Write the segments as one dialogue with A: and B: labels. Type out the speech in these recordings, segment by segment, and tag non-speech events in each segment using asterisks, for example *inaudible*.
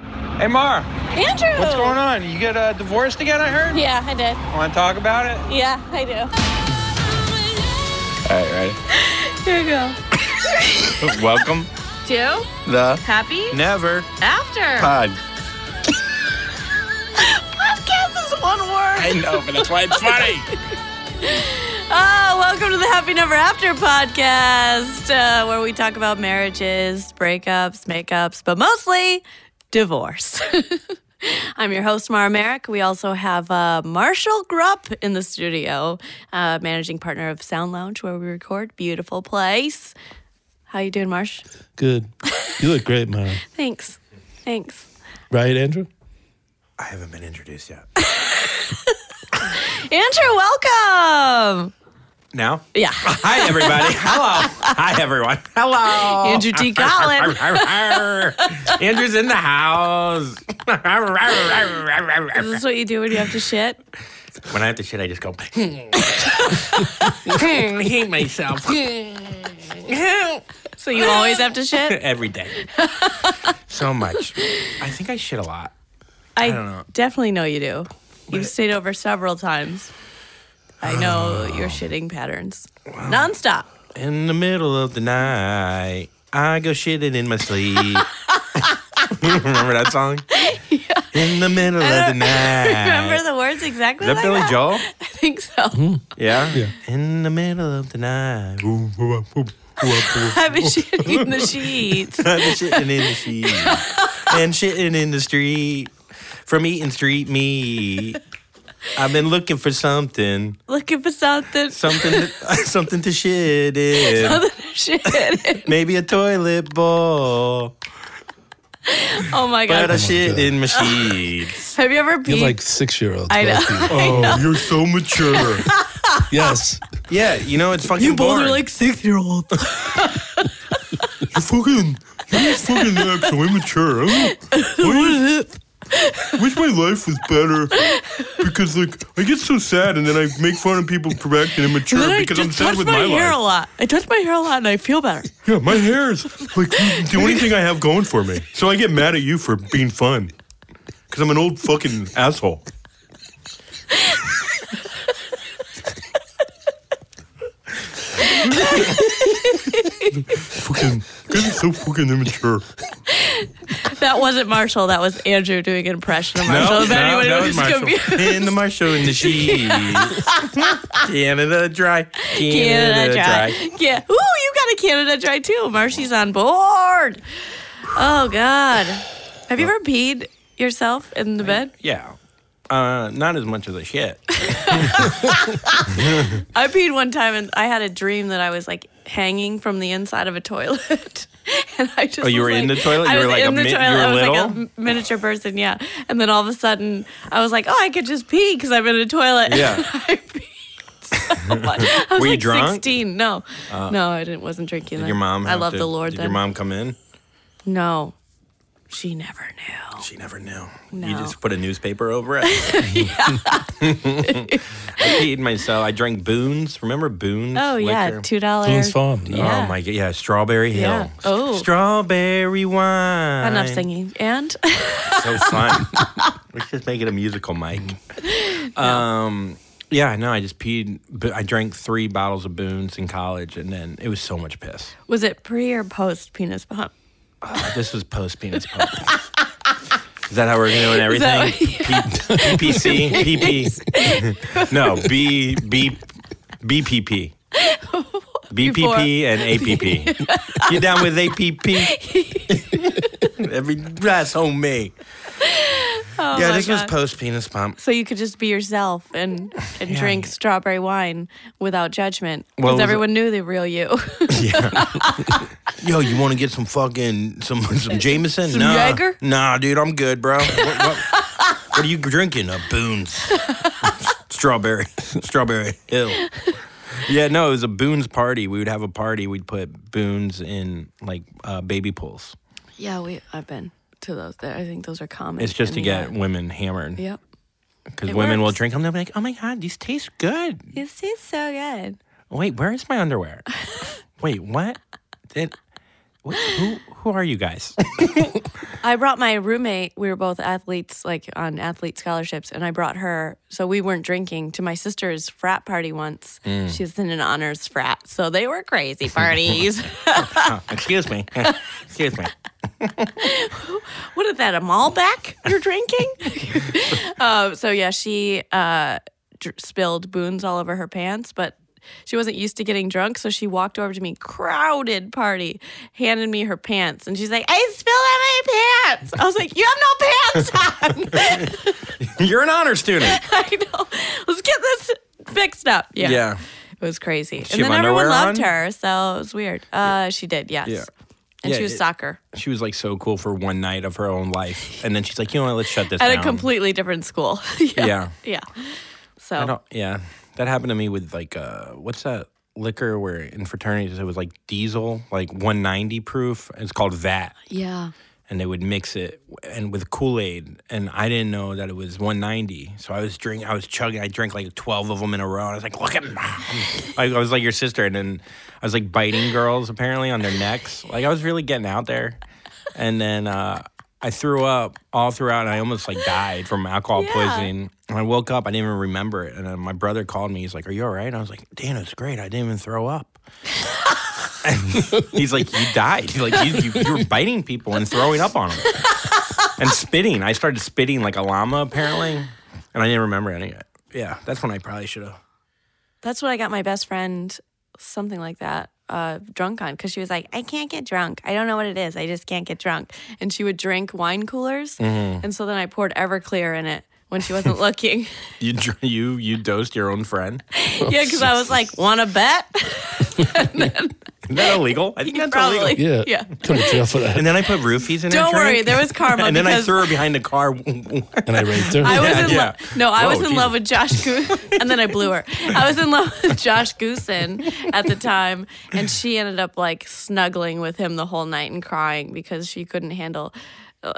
A: Hey, Mar,
B: Andrew!
A: what's going on? You get uh, divorced again, I heard?
B: Yeah, I did.
A: Want to talk about it?
B: Yeah, I do.
C: All right, ready?
B: Here you
C: *laughs*
B: go.
C: Welcome
B: Two,
C: the
B: happy,
C: Never
B: after.
C: Pod.
B: Podcast is one word.
C: I know, but that's why it's funny.
B: *laughs*
C: *laughs*
B: Oh, welcome to the Happy Never After podcast, uh, where we talk about marriages, breakups, makeups, but mostly divorce. *laughs* I'm your host, Mara Merrick. We also have uh, Marshall Grupp in the studio, uh, managing partner of Sound Lounge, where we record. Beautiful place. How you doing, Marsh?
D: Good. You look great, man.
B: Thanks. Thanks.
D: Right, Andrew?
A: I haven't been introduced yet.
B: Andrew, welcome.
A: now?
B: Yeah. *laughs*
A: Hi, everybody. Hello. Hi, everyone. Hello.
B: Andrew D.
A: *laughs*
B: Collin.
A: Andrew's in the house. *laughs*
B: Is this what you do when you have to shit?
A: when I have to shit, I just go, *laughs* I hate myself. *laughs*
B: So you always have to shit?
A: Every day. So much. I think I shit a lot.
B: I,
A: don't know.
B: definitely know you do. You've stayed over several times.
A: *sighs*
B: I know your shitting patterns. Nonstop. *laughs*
A: In the middle of the night, I go shitting in my sleep. Remember that song? In the middle of the night.
B: Remember the words exactly
A: Is that
B: like
A: Billy
B: that?
A: Joel?
B: *laughs* I
A: *laughs*
B: think so.
A: Yeah?
D: Yeah.
A: In the middle of the night. *laughs*
B: I've been shitting in
A: *laughs*
B: the sheets.
A: I'm shitting in the sheet. and shitting in the street. From eating street meat. I've been looking for something.
B: Looking for something. *laughs*
A: Something *laughs* something to shit in.
B: shit. *laughs*
A: Maybe a toilet bowl.
B: Oh my
A: But I
B: god.
A: shit
D: God.
A: in my sheets.
B: Have you ever peed?
D: You're like six year old.
A: *laughs*
B: I know. *laughs*
A: Oh, you're so mature.
B: *laughs*
D: Yes.
A: Yeah, you know it's fucking. You boring. *laughs*
B: six year olds.
A: you're fucking. You fucking act so immature. I wish, wish my life was
B: *laughs*
A: better because like I get so sad and then I make fun of people for acting immature
B: *laughs* I just touch my, hair a lot. I touch my hair a lot and I feel better.
A: Yeah, my hair is like the only thing I have going for me. So I get mad at you for being fun because I'm an old fucking asshole. fucking, guys are so fucking immature.
B: That wasn't Marshall. That was Andrew doing an impression of Marshall. if anyone was confused.
A: *laughs* In the Marshall
B: *laughs*
A: in the sheets. Canada dry.
B: *laughs* Canada Dry. Yeah. Ooh, you got a Canada Dry too. Marshy's on board. Oh, God. Have you ever peed yourself in the bed?
A: Yeah. Uh, not as much as a shit.
B: I peed one time and I had a dream that I was like hanging from the inside of a toilet. *laughs* And I just
A: Oh, you were
B: was,
A: in
B: like-
A: the toilet?
B: I
A: You
B: was
A: were, like, a
B: in the
A: mi- you
B: toilet.
A: were
B: I was like
A: little?
B: a miniature person, yeah. And then all of a sudden, I was like, "Oh, I could just pee because I'm in a toilet." *laughs*
A: Yeah.
B: And I peed
A: *laughs*
B: so much. I was
A: Were you
B: like
A: drunk? Uh,
B: 16. No, no, I didn't. Wasn't drinking.
A: Did
B: then.
A: your mom?
B: I
A: have
B: love
A: to-
B: the Lord.
A: Did
B: then.
A: your mom come in?
B: No, she never knew.
A: She never knew. You
B: No.
A: just put a newspaper over
B: *laughs*
A: it. I *laughs* peed myself. I drank Boone's. Remember Boone's?
B: Oh yeah,
A: liquor?
B: two dollars.
D: Boone's Farm.
B: Yeah.
A: Oh my god. Yeah, Strawberry Hill.
B: Yeah. Oh.
A: Strawberry wine.
B: Enough singing. And *laughs*
A: So fun. *laughs* Let's just make it a musical, Mike. Um. Yeah, no, I just peed. but I drank three bottles of Boone's in college, and then it was so much piss.
B: was it pre or post penis pump?
A: This was post penis pump. Is that how we're doing everything?
B: Is that
A: P- PPC, PP. no, B B BPP. BPP
B: Before.
A: and APP. you down with APP? Every that's on me. yeah,
B: Oh my
A: this was
B: God.
A: post penis pump.
B: So you could just be yourself and and drink strawberry wine without
A: Well,
B: judgment
A: it
B: because
A: was-
B: everyone knew the real you. *laughs*
A: Yo, you want to get some fucking some some Jameson?
B: Some
A: nah,
B: Jaeger?
A: nah, dude, I'm good, bro. What, what, what are you drinking? A Boone's strawberry, strawberry hill. Yeah, no, it was a Boone's party. We would have a party. We'd put Boone's in like uh, baby pools.
B: yeah, we I've been to those. There, I think those are common.
A: It's just to
B: in
A: get
B: the-
A: women hammered
B: Yep.
A: because
B: It
A: women will
B: works.
A: drink them. They'll be like, "Oh my god, these taste good."
B: This tastes so good. *laughs*
A: Wait, where is my underwear? Wait, what? Did Wh- who who are you guys? *laughs*
B: I brought my roommate. We were both athletes, like on athlete scholarships, and I brought her. So we weren't drinking to my sister's frat party once. She was in an honors frat, so they were crazy parties. *laughs*
A: Oh, excuse me. *laughs* excuse me.
B: what is that? A Malbec you're drinking? um, so yeah, she uh, dr- spilled boons all over her pants, but. She wasn't used to getting drunk, so she walked over to me, crowded party, handed me her pants, and she's like, "I spilled on my pants." I was like, "You have no pants on."
A: You're an honor student.
B: *laughs* I know. Let's get this fixed up. Yeah.
A: Yeah.
B: It was crazy.
A: She
B: and then
A: have
B: everyone
A: underwear
B: loved
A: on?
B: her, so it was weird. Uh, She did, yes.
A: Yeah.
B: And
A: Yeah,
B: she was
A: it-
B: soccer
A: She was like so cool for one night of her own life, and then she's like, you know what? Let's shut this
B: at
A: down.
B: a completely different school. *laughs* yeah.
A: Yeah.
B: Yeah.
A: I
B: So
A: don't. Yeah, that happened to me with like uh, what's that liquor where in fraternities it was like diesel, like 190 proof. It's called vat,
B: yeah.
A: and they would mix it w- and with Kool Aid, and I didn't know that it was 190. So I was drinking, I was chugging, I drank like 12 of them in a row. And I was like, look at, me." I, I was like your sister, and then I was like biting girls apparently on their necks. Like I was really getting out there, and then. uh I threw up all throughout, and I almost like died from alcohol
B: Yeah.
A: poisoning. When I woke up, I didn't even remember it. And then my brother called me. He's like, "Are you all right?" And I was like, "Dan, it's great. I didn't even throw up." and he's like, "You died. *laughs* He's like you, you, you were biting people and throwing up on them and spitting. I started spitting like a llama apparently, and I didn't remember any of it. Yeah, that's when I probably should have.
B: That's what I got my best friend, something like that, uh, drunk on because she was like, I can't get drunk. I don't know what it is. I just can't get drunk. And she would drink wine coolers.
A: Mm-hmm.
B: And so then I poured Everclear in it when
A: *laughs*
B: she wasn't looking. *laughs*
A: You dr- you you dosed your own friend.
B: yeah, because I was like, want to bet? *laughs*
A: Isn't that illegal? I think that's illegal.
D: Yeah.
B: Yeah.
D: Come to jail for that.
A: And then I put roofies in. her
B: Don't worry,
A: drink,
B: there
A: *laughs*
B: was karma.
A: And then I
B: because
A: threw her behind the *laughs* car.
D: And I raped her.
B: I was in
A: yeah.
B: love. No, I
A: Whoa,
B: was in
A: Jesus.
B: love with Josh Goose, *laughs* and then I blew her. I was in love with Josh Goosen at the time, and she ended up like snuggling with him the whole night and crying because she couldn't handle uh,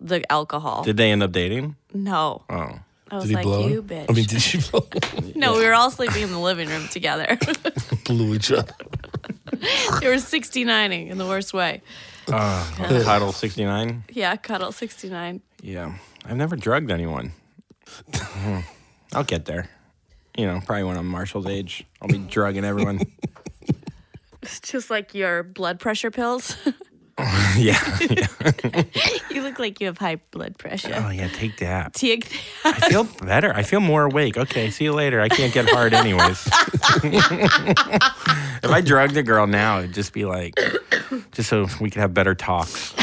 B: the alcohol.
A: Did they end up dating?
B: no,
A: Oh.
B: I was
D: Did he
B: like,
D: blow? her?
B: you bitch.
D: I mean, did she blow? *laughs*
B: no, we were all sleeping in the living room together. *laughs*
D: blew each other?
B: they were 69ing in the worst way.
A: Title 69?
B: Yeah, cuddle 69.
A: Yeah. I've never drugged anyone. Hmm. I'll get there. You know, probably when I'm Marshall's age, I'll be drugging *laughs* everyone.
B: It's just like your blood pressure pills. *laughs*
A: yeah.
B: you look like you have high blood pressure.
A: Oh, yeah, take that.
B: Take
A: I feel better. I feel more awake. Okay, see you later. I can't get hard anyways. if I drugged a girl now, it'd just be like, just so we could have better talks.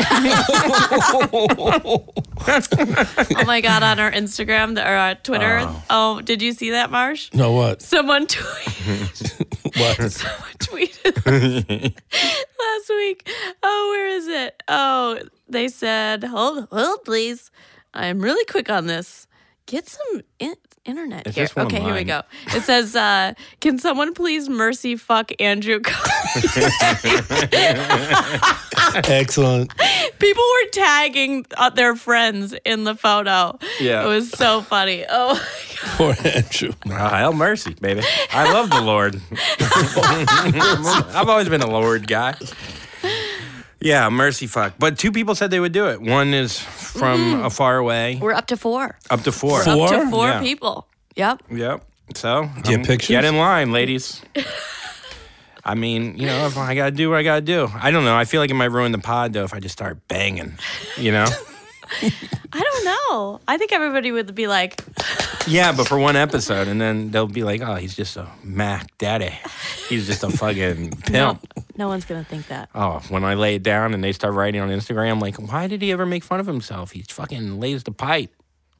B: Oh my god, on our Instagram the- or our Twitter. Oh. did you see that, Marsh?
D: No, what?
B: Someone tweeted, *laughs*
D: What?
B: someone tweeted *laughs* last week. Oh, where is it? Oh, they said, hold, hold, please. I'm really quick on this. Get some in- internet
A: Is
B: here.
A: this one
B: Okay, here we
A: mine?
B: go. It says, uh, "Can someone please mercy fuck Andrew?" *laughs* Cummings?"
D: Excellent.
B: People were tagging uh, their friends in the photo.
A: Yeah.
B: it was so funny. Oh.
D: Poor Andrew.
A: Oh, hell mercy, baby. I love the Lord. *laughs* I've always been a Lord guy. Yeah, mercy fuck. But two people said they would do it. One is from a far away,
B: We're up to four.
A: up to four.
D: Four?
B: Up to four
A: Yeah.
B: people. Yep.
A: Yep. So
D: Do you have
A: um,
D: pictures?
A: get in line, *laughs* ladies. I mean, you know, if I gotta do what I gotta do. I don't know. I feel like it might ruin the pod though if I just start banging. You *laughs* know?
B: I don't know. I think everybody would be like,
A: yeah, but for one episode, and then they'll be like, "Oh, he's just a Mac Daddy. He's *laughs* just a fucking pimp."
B: no one's going to think that.
A: Oh, when I lay it down and they start writing on Instagram, like, why did he ever make fun of himself? He fucking lays the pipe,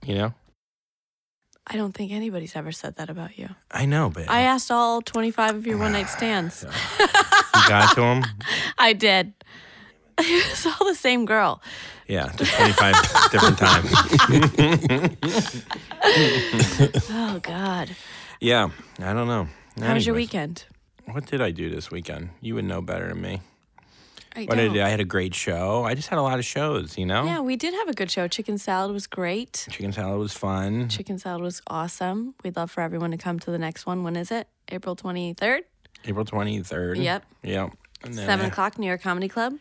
A: you know?
B: I don't think anybody's ever said that about you.
A: I know, but
B: I asked all 25 of your one
A: Ah,
B: night stands.
A: you got to *laughs* him.
B: I did. *laughs* It was all the same girl.
A: Yeah, just 25 *laughs* different times.
B: Oh, God.
A: Yeah, I don't know.
B: How was your
A: Anyways,
B: weekend?
A: What did I do this weekend? You would know better than me.
B: I
A: What did I
B: don't-
A: do? I had a great show. I just had a lot of shows, you know?
B: Yeah, we did have a good show. Chicken salad was great.
A: Chicken salad was fun.
B: Chicken salad was awesome. We'd love for everyone to come to the next one. When is it? April 23rd?
A: April 23rd.
B: Yep.
A: Yep. And then
B: 7
A: I-
B: o'clock, New York Comedy Club.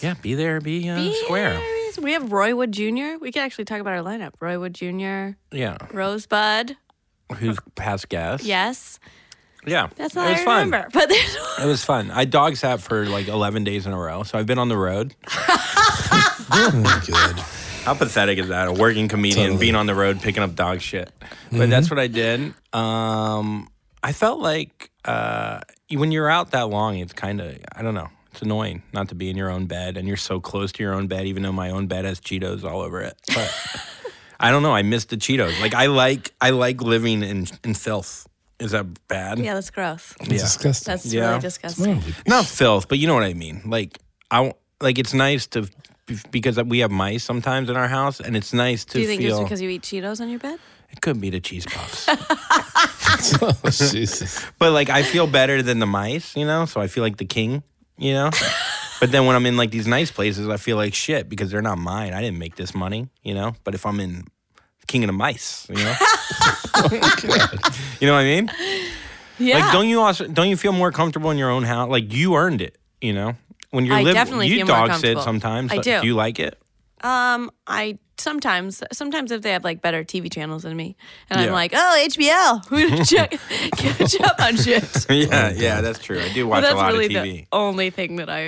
A: Yeah, be there, be, uh, square.
B: We have Roy Wood Jr. We could actually talk about our lineup. Roy Wood Jr.,
A: Yeah.
B: Rosebud.
A: Who's past guest?
B: Yes.
A: Yeah.
B: That's not
A: it was
B: I
A: fun.
B: remember. *laughs* But there's
A: It was fun. I dog sat for like 11 days in a row. So I've been on the road.
D: Good.
A: How pathetic is that? A working comedian
D: Totally.
A: being on the road picking up dog shit. But that's what I did. Um, I felt like uh, when you're out that long, it's kind of, I don't know, it's annoying not to be in your own bed and you're so close to your own bed, even though my own bed has Cheetos all over it. But I don't know. I miss the Cheetos. Like I like, I like living in, in filth. Is that bad?
B: Yeah, that's gross.
D: It's disgusting.
B: That's
A: Yeah.
B: really disgusting.
D: Probably.
A: not filth, but you know what I mean. Like I w- like it's nice to because we have mice sometimes in our house, and it's nice to
B: Do you think
A: feel
B: it's because you eat Cheetos on your bed?
A: it could be the cheese
B: *laughs*
A: puffs,
D: Oh, Jesus.
A: but like I feel better than the mice, you know. So I feel like the king, you know. but then when I'm in like these nice places, I feel like shit because they're not mine. I didn't make this money, you know. But if I'm in King of the Mice, you
B: *laughs*
A: know, you know what I mean.
B: Yeah.
A: Like, don't you also don't you feel more comfortable in your own house? Like you earned it, you know. When you're
B: I
A: liv-
B: definitely
A: you
B: feel more
A: dog sit
B: comfortable.
A: sometimes.
B: I
A: Uh,
B: do.
A: Do you like it?
B: Um, I sometimes sometimes if they have like better TV channels than me, and I'm
A: Yeah.
B: like, oh *laughs* HBO, we don't check catch
A: *laughs*
B: up on shit.
A: yeah, yeah, that's true. I do watch
B: That's
A: a lot
B: really
A: of TV.
B: the only thing that I.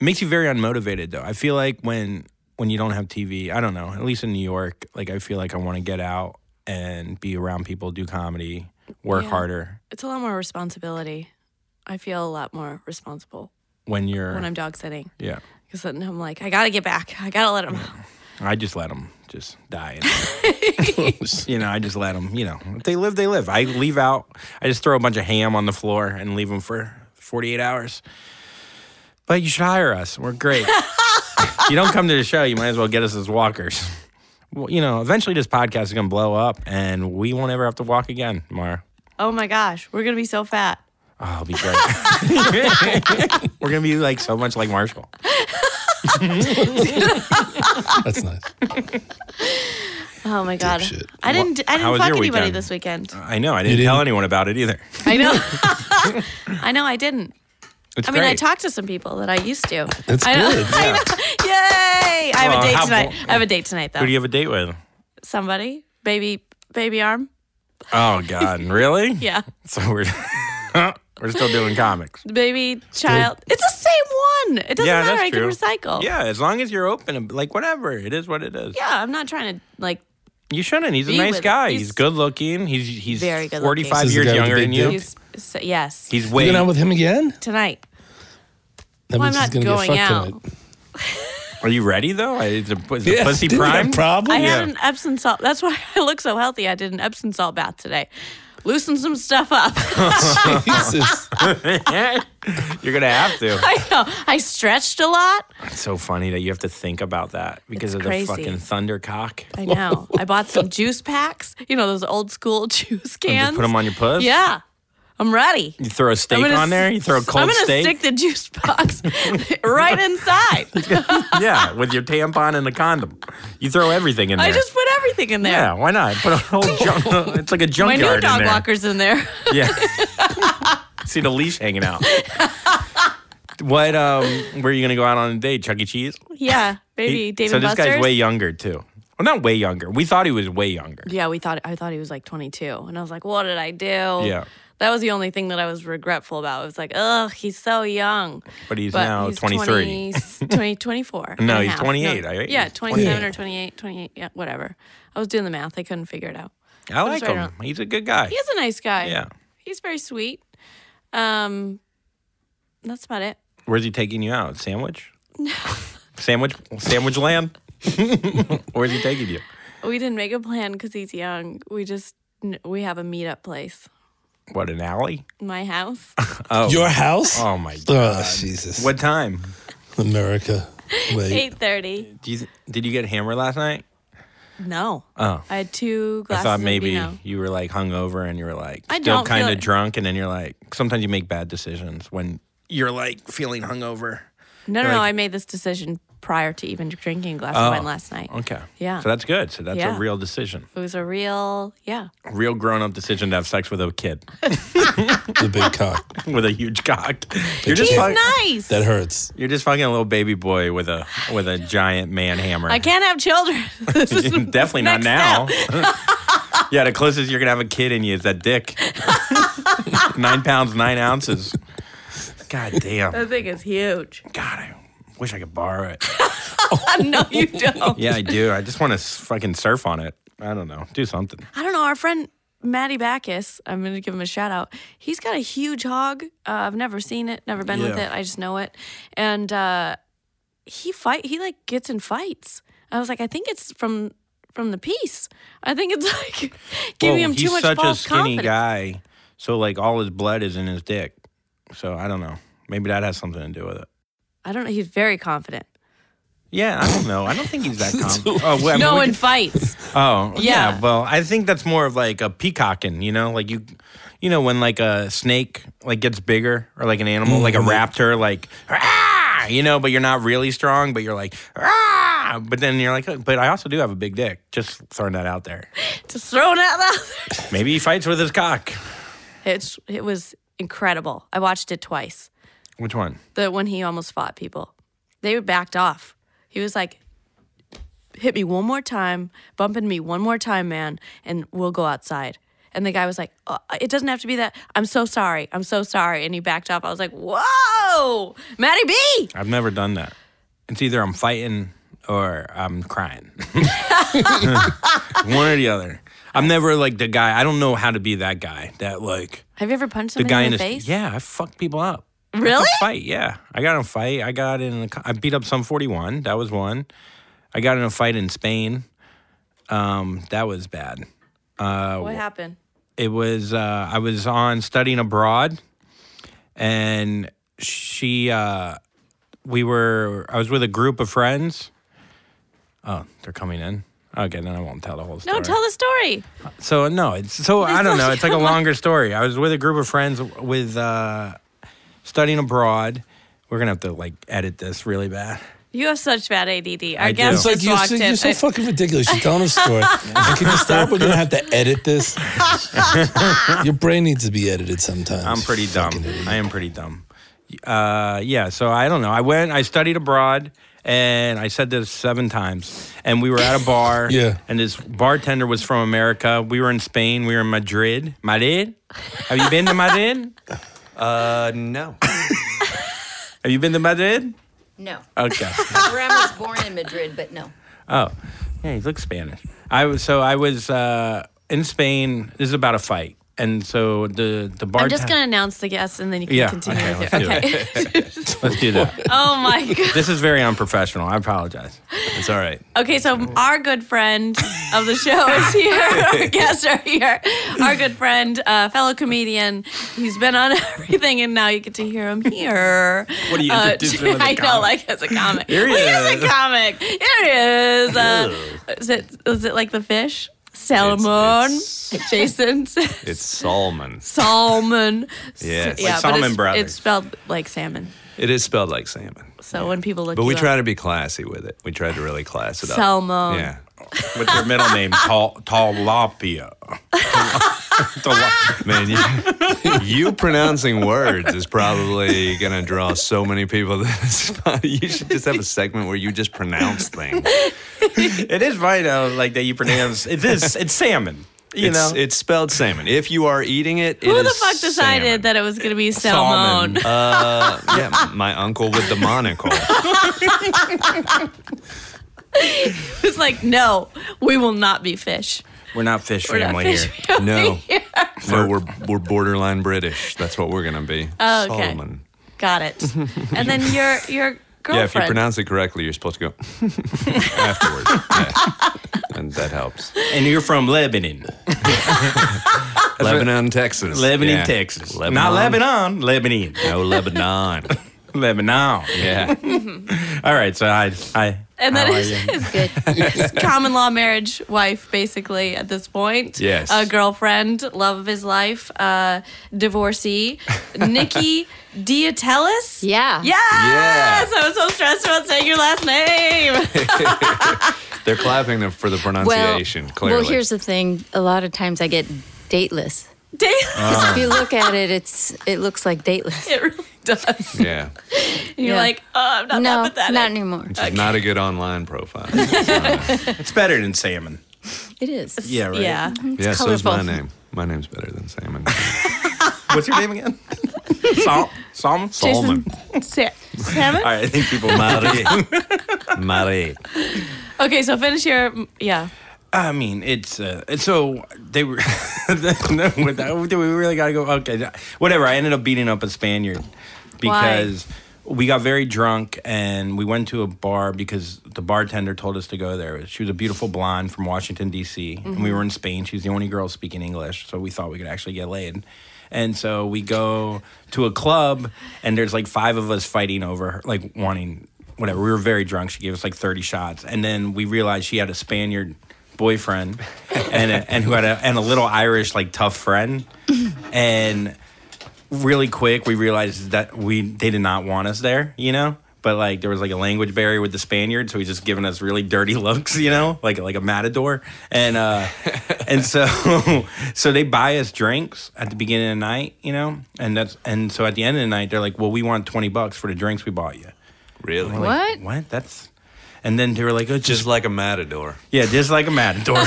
A: It makes you very unmotivated though. I feel like when when you don't have TV, I don't know, at least in New York, like I feel like I want to get out and be around people, do comedy, work
B: Yeah.
A: harder
B: It's a lot more responsibility. I feel a lot more responsible
A: when you're
B: when I'm dog sitting
A: yeah.
B: because then I'm like, I gotta get back. I gotta let him.
A: I just let them just die.
B: *laughs*
A: you know, I just let them, you know, if they live, they live. I leave out, I just throw a bunch of ham on the floor and leave them for 48 hours. But you should hire us. We're
B: *laughs*
A: great. you don't come to the show, you might as well get us as walkers. Well, you know, eventually this podcast is going to blow up and we won't ever have to walk again, Mara.
B: Oh my gosh, we're gonna be so fat.
A: Oh, I'll be great.
B: *laughs*
A: We're going to be like so much like Marshall.
D: That's nice.
B: Oh my god,
D: Dipshit.
B: I didn't I
A: how
B: didn't
A: was
B: fuck
A: your
B: anybody
A: weekend?
B: this weekend.
A: I know. I didn't, tell
D: didn't-
A: anyone about it either.
B: I know.
A: *laughs*
B: I know I didn't.
A: It's
B: I mean, I
A: great.
B: talked to some people that I used to.
D: That's
B: I know- *laughs*
D: good.
A: Yeah.
B: Yay! I have
A: Oh,
B: a date
A: how
B: tonight.
A: bo-
B: I have a date tonight though.
A: Who do you have a date with?
B: Somebody, baby, baby arm.
A: Oh
B: *laughs*
A: God, really?
B: Yeah,
A: So we're *laughs* we're still doing comics.
B: baby child. It's the same one. It doesn't
A: Yeah,
B: matter.
A: that's
B: I can
A: true.
B: recycle.
A: Yeah, as long as you're open, and like whatever, it is what it is.
B: Yeah, I'm not trying to like.
A: You shouldn't. He's a
B: Be
A: nice
B: with-
A: guy. He's,
B: he's
A: good looking. He's he's
B: very good looking.
A: 45
D: This is the
A: years
D: guy with the
A: younger than
D: big
A: you.
D: dick?
B: He's so, yes.
A: He's
D: You
A: way.
D: going out with him again?
B: tonight.
D: That
B: Well,
D: means
B: I'm not
D: he's gonna
B: going
D: get fucked
B: out.
D: tonight.
A: Are you ready though? I- Is the, is the
D: *laughs* Yeah,
A: pussy
D: didn't
A: primed? *laughs*
D: Have problem? *laughs*
B: I
A: Yeah.
B: had an Epsom salt. That's why *laughs* I look so healthy. I did an Epsom salt bath today. Loosen some stuff up. *laughs*
D: Jesus.
A: you're gonna have to.
B: *laughs* I know. I stretched a lot.
A: It's so funny that you have to think about that because
B: It's
A: of
B: crazy.
A: the fucking thundercock. *laughs*
B: I know. I bought some juice packs. You know those old school *laughs* juice cans.
A: Just Oh, put them on your puss.
B: Yeah, I'm ready.
A: You throw a steak
B: I'm gonna
A: on there.
B: s-
A: You throw a cold
B: I'm gonna
A: steak.
B: stick the juice
A: *laughs*
B: box right inside. *laughs*
A: yeah, with your tampon and a condom. You throw everything in there.
B: I just put everything in there.
A: Yeah, why not? Put a whole
B: *laughs*
A: junk. It's like a
B: My
A: junkyard
B: new
A: in
B: dog
A: there.
B: walker's in there. *laughs*
A: Yeah. *laughs* See the leash hanging out. what? Um, where are you gonna go out on a date? Chuck E. Cheese.
B: yeah, baby
A: He-
B: David
A: so this
B: Buster's.
A: guy's way younger too. Well, not way younger. We thought he was way younger.
B: yeah, we thought I thought he was like 22, and I was like, what did I do?
A: Yeah.
B: That was the only thing that I was regretful about. It was like, ugh, he's so young.
A: But he's
B: But
A: now
B: he's
A: 23. *laughs*
B: 20, 20 24.
A: No,
B: and a
A: he's
B: half.
A: 28, right?
B: Yeah,
A: He's
B: 27
D: 28.
B: or 28, 28, yeah, whatever. I was doing the math. I couldn't figure it out.
A: I like
B: right
A: him.
B: on.
A: He's a good guy.
B: He is a nice guy.
A: Yeah.
B: He's very sweet. Um, that's about it.
A: Where's he taking you out? Sandwich. *laughs* sandwich. Sandwich land. *laughs* Where's he taking you?
B: We didn't make a plan because he's young. We just kn- we have a meetup place,
A: What an alley. *laughs*
B: my house.
A: Oh.
D: Your house?
A: oh my god.
D: Oh, Jesus.
A: What time?
D: America. Wait.
B: Eight thirty.
A: Do you th- did you get hammered last night?
B: No,
A: Oh.
B: I had two
A: I
B: glasses.
A: thought maybe
B: of vino.
A: you were like hungover and you were like
B: I
A: still
B: don't feel
A: kind of
B: it.
A: drunk, and then you're like sometimes you make bad decisions when you're like feeling hungover.
B: No, no,
A: like- Oh.
B: no. I made this decision prior to even drinking a glass of wine last night.
A: Okay.
B: Yeah.
A: So that's good. So that's
B: Yeah.
A: a real decision,
B: It was a real, yeah.
A: real grown up decision to have sex with a kid *laughs*
D: the big cock.
A: with a huge cock. *laughs* You're just
B: He's
A: fuck-
B: nice.
D: That hurts.
A: you're just fucking a little baby boy with a with a giant man hammer. *laughs*
B: I can't have children. *laughs* This is
A: Definitely not now.
B: next
A: *laughs* yeah, the closest you're gonna have a kid in you is that dick. *laughs* nine pounds, nine ounces. God damn.
B: that thing is *laughs* huge.
A: God, I wish I could borrow it.
B: no, *laughs* you don't.
A: Yeah, I do. I just want to fucking surf on it. I don't know. Do something.
B: I don't know. Our friend Matty Backus, I'm going to give him a shout out. He's got a huge hog. Uh, I've never seen it, never been with
A: Yeah.
B: it. I just know it. And uh, he fight. He like gets in fights. I was like, I think it's from from the piece. I think it's *laughs* like giving
A: Well,
B: him too
A: he's
B: much
A: such
B: false
A: a skinny
B: confidence.
A: guy, so like all his blood is in his dick. So I don't know. Maybe that has something to do with it.
B: I don't know. He's very confident.
A: Yeah, I don't know. I don't think he's
B: *laughs*
A: that confident. Oh, well, I mean,
B: no
A: we
B: in
A: could-
B: fights. *laughs*
A: oh, yeah.
B: Yeah.
A: Well, I think that's more of like a peacocking. You know, like you, you know, when like a snake like gets bigger or like an animal, like a
B: Mm-hmm.
A: raptor, like ah, you know, but you're not really strong, but you're like ah, but then you're like, "Oh, but I also do have a big dick. Just throwing that out there.
B: Just throwing it out there.
A: Maybe he fights with his cock.
B: It's it was incredible. I watched it twice.
A: Which one?
B: the when he almost fought people. They backed off. He was like, "Hit me one more time, bump into me one more time, man, and we'll go outside." And the guy was like, oh, "It doesn't have to be that. I'm so sorry. I'm so sorry." And he backed off. I was like, "Whoa, Maddie B!"
A: I've never done that. It's either I'm fighting or I'm crying. *laughs* One or the other. I'm never like the guy. I don't know how to be that guy. That like
B: Have you ever punched
A: the
B: somebody
A: guy
B: in
A: in
B: the
A: his
B: face?
A: yeah. I fuck people up. *laughs*
B: Really?
A: I fight. Yeah, I got in a fight. I got in. A, co- I beat up some 41. That was one. I got in a fight in Spain. Um, that was bad.
B: What happened?
A: it was uh, I was on studying abroad, and she uh, we were I was with a group of friends. Oh, they're coming in. Okay, then I won't tell the whole
B: No,
A: story.
B: tell the story.
A: so no, it's so I don't know.
B: like-
A: It's
B: *laughs*
A: like a longer story. I was with a group of friends with uh, studying abroad. We're gonna have to like edit this really bad.
B: You have such bad ADD. Our
A: I do.
B: guest
D: It's like
B: just
D: you're
B: walked
D: so,
B: in.
D: you're so
B: I-
D: fucking ridiculous. You're telling a
E: *laughs*
D: story. And can you stop? We're gonna have to edit this. Your brain needs to be edited sometimes.
A: I'm pretty dumb.
D: Fucking idiot.
A: I am pretty dumb. Uh, yeah, so I don't know. I went, I studied abroad, and I said this seven times. And we were at a bar,
D: *laughs* Yeah.
A: and this bartender was from America. We were in Spain, we were in Madrid. Madrid? Have you been to Madrid?
F: *laughs* Uh, no.
A: *laughs* Have you been to Madrid?
E: No.
A: Okay.
E: Graham was born in Madrid, but no.
A: Oh, yeah, he looks Spanish. I was so I was uh, in Spain. This is about a fight, and so the the bartender.
B: I'm just gonna announce the guest, and then you can
A: Yeah,
B: continue
A: okay,
B: with
A: let's
B: your.
A: do
B: Okay.
A: Let's do that.
B: *laughs* oh my
A: *laughs*
B: god.
A: this is very unprofessional. I apologize.
F: It's all right.
B: Okay, so our good friend of the show is here. our guests are here. Our good friend, uh, fellow comedian. He's been on *laughs* everything, and now you get to hear him here.
A: What are you
B: Uh,
A: introducing him as a
B: *laughs* I know,
A: comic?
B: like as a comic.
A: Here he
B: Well, is
A: is.
B: a comic. Here he is. Uh, is it? Is it like the fish? Salmon, *laughs*
F: It's,
B: Jason,
F: it's, it's
B: *laughs*
F: Salmon.
B: salmon. S-
F: Yes. Like
B: but
A: Salmon
B: it's,
A: Brothers.
B: It's spelled like salmon.
F: It is spelled like salmon.
B: So when people look,
F: But we
B: you
F: try
B: up,
F: to be classy with it. We tried to really class it up.
B: salmon.
F: Yeah.
A: What's your middle name? Tal- Talapia. Tala-
F: Man, you, *laughs* you pronouncing words is probably going to draw so many people to this spot. You should just have a segment where you just
B: *laughs*
F: pronounce things.
A: it is funny though, like that you pronounce it is it's salmon. You
F: it's,
A: know,
F: it's spelled salmon. If you are eating it,
B: Who the fuck decided that it was gonna be salmon?
F: Uh, yeah, my uncle with
B: *laughs*
F: the monocle.
B: It's like, no, we will not be fish.
A: we're not fish
B: We're not
A: family
B: fish
A: here.
B: *laughs* family.
F: No, no, we're we're borderline British. That's what we're gonna be.
B: Oh, okay.
F: Solomon.
B: Got it. And then your your
F: Yeah, if you
B: girlfriend.
F: pronounce it correctly, you're supposed to go *laughs* afterward. Yeah. And that helps.
A: And you're from Lebanon,
F: Lebanon, Texas.
A: Lebanon,
F: Yeah.
A: Texas.
F: Lebanon.
A: Not Lebanon, Lebanon,
F: No, Lebanon.
A: Lebanon.
F: Yeah.
A: All right, so I I
B: And that
A: How are
B: is,
A: you?
B: is good. *laughs* common law marriage wife, basically, at this point.
F: Yes.
B: A girlfriend, love of his life, uh,
F: *laughs*
B: divorcee, Nikki Diatellis.
E: Yeah.
B: Yes! I was so stressed about saying your last
F: *laughs*
B: name. *laughs*
F: They're clapping them for the
E: Well,
F: pronunciation, clearly.
E: well, here's the thing. A lot of times I get dateless.
B: Damn.
F: Uh.
E: 'Cause if you
A: Uh.
E: look at it, it's it looks like dateless.
B: It really does.
F: yeah.
B: And you're
E: Yeah.
B: like, oh, I'm not
E: no,
B: that pathetic.
E: not anymore.
F: It's not a good online
E: *laughs*
F: profile. So,
A: It's better than salmon.
E: It is.
A: Yeah, right.
B: Yeah.
F: yeah, so is my
E: colorful.
F: name. My name's better than Salmon.
A: What's your name
B: *laughs*
A: again? Sal- Salmon.
F: Salmon.
B: Sa- salmon?
A: All right, I think people might. *laughs*
F: Marie.
B: Okay, so finish your, yeah.
A: I mean, it's uh, it's so they were. *laughs* no, with that, do we really got to go? Okay, that- whatever. I ended up beating up a Spaniard because we got very drunk and we went to a bar because the bartender told us to go there. She was a beautiful blonde from Washington D.C. and we were in Spain. She was the only girl speaking English, so we thought we could actually get laid. And so we go to a club, and there's like five of us fighting over, her, like wanting whatever. We were very drunk. She gave us like 30 shots, and then we realized she had a Spaniard boyfriend, and a, and who had a and a little Irish like tough friend, and really quick we realized that we they did not want us there, you know. But like there was like a language barrier with the Spaniard, so he's just giving us really dirty *laughs* looks, you know, like like a matador. And uh, and so *laughs* so they buy us drinks at the beginning of the night, you know, and that's and so at the end of the night they're like, well, we want twenty bucks for the drinks we bought you.
F: Really?
A: I'm like,
E: What?
A: What? That's. And then they were like, oh, just
F: Just like a matador.
A: yeah, just like a matador.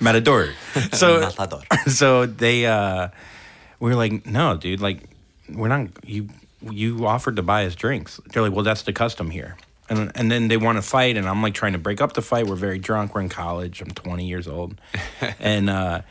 A: matador. So
F: Matador.
A: *laughs* so they uh we were like, no, dude, like we're not you you offered to buy us drinks. They're like, well, that's the custom here. And, and then they want to fight, and I'm like trying to break up the fight. We're very drunk. We're in college. I'm 20 years old, and uh,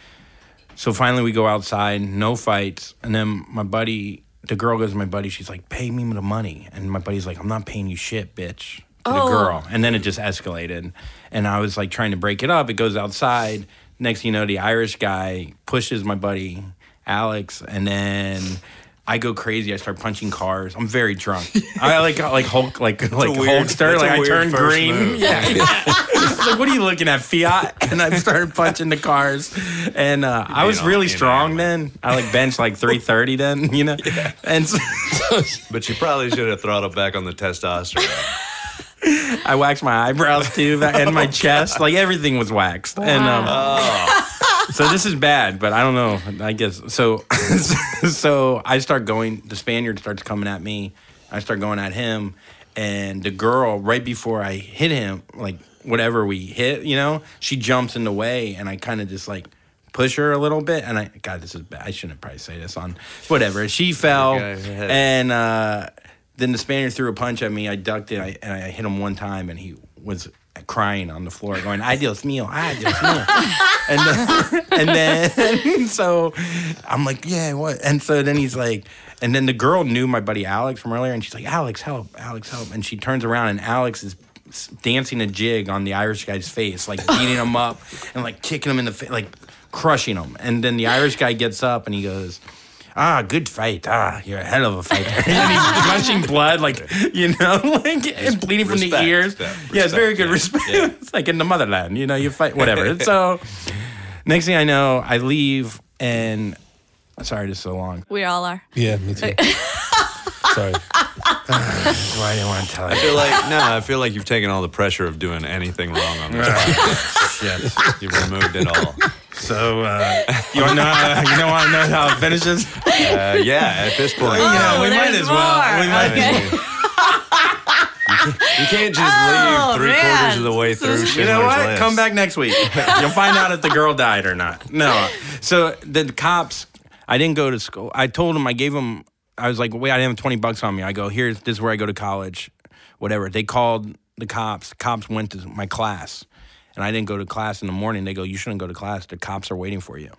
A: so finally we go outside, no fights, and then my buddy, the girl goes to my buddy. She's like, "Pay me the money," and my buddy's like, "I'm not paying you shit, bitch." To
B: Oh.
A: the girl, and then it just escalated, and I was like trying to break it up. It goes outside. Next, thing you know, the Irish guy pushes my buddy Alex, and then. I go crazy. I start punching cars. I'm very
F: *laughs*
A: drunk. I like got like Hulk, like like
F: weird-
A: Hulkster.
F: that's a
A: Like I
F: weird
A: turn
F: first
A: green. *laughs*
F: move.
A: Yeah, It's like, what are you looking at, Fiat? *laughs* And I started punching the cars. And uh, I was
F: all
A: really
F: in
A: strong then. I like bench like 330 then, you know? And so *laughs*
F: But you probably should have throttled back on the testosterone.
A: I waxed my eyebrows too that- and my chest. Like everything was waxed. And um, so this is bad, but I don't know. I guess so. *laughs* so I start going, the Spaniard starts coming at me. I start going at him. And the girl, right before I hit him, like whatever we hit, you know, she jumps in the way and I kind of just like, Push her a little bit, and I God, this is bad. I shouldn't probably say this on whatever. She fell,
F: Yeah, go ahead.
A: and uh, then the Spaniard threw a punch at me. I ducked it, I, and I hit him one time, and he was crying on the floor, going "I Dios mío, I Dios mío," and
F: *laughs*
A: then, and then *laughs* so I'm like, "Yeah, what?" And so then he's like, and then the girl knew my buddy Alex from earlier, and she's like, "Alex, help! Alex, help!" And she turns around, and Alex is s- dancing a jig on the Irish guy's face,
F: *laughs*
A: like beating him up and like kicking him in the face, like crushing him. And then the Irish guy gets up and he goes. Ah, good fight. Ah, you're a hell of a fighter. *laughs* and he's gushing blood, like, you know, *laughs* like, and bleeding from the
F: respect,
A: ears.
F: yeah,
A: yeah, it's very good
F: respect,
A: respect. *laughs* it's like in the motherland, you know, you fight,
F: *laughs*
A: whatever. so, next thing I know, I leave and, sorry, this is so long.
B: We all are.
D: Yeah, me too. Sorry.
A: That's why I didn't want to tell *laughs*
F: I
A: you.
F: feel like, no, I feel like you've taken all the pressure of doing anything wrong on this.
A: Shit.
F: You've removed it all.
A: So, uh, you want to know, how- you know, want to know how it finishes?
F: Uh, yeah, at this point.
A: Yeah,
B: Oh,
A: we might
B: there's
A: as well.
B: more.
A: We might
B: Okay.
A: as well.
B: *laughs*
F: You can't just
B: Oh,
F: leave three
B: man.
F: quarters of the way through.
A: You know
F: Schindler's
A: what?
F: List.
A: Come back next week. You'll find out if the girl died or not. No. So the cops, I didn't go to school. I told them, I gave them, I was like, wait, I didn't have 20 bucks on me. I go, here's, this is where I go to college, whatever. They called the cops. The cops went to my class and I didn't go to class in the morning. They go, you shouldn't go to class. The cops are waiting for you.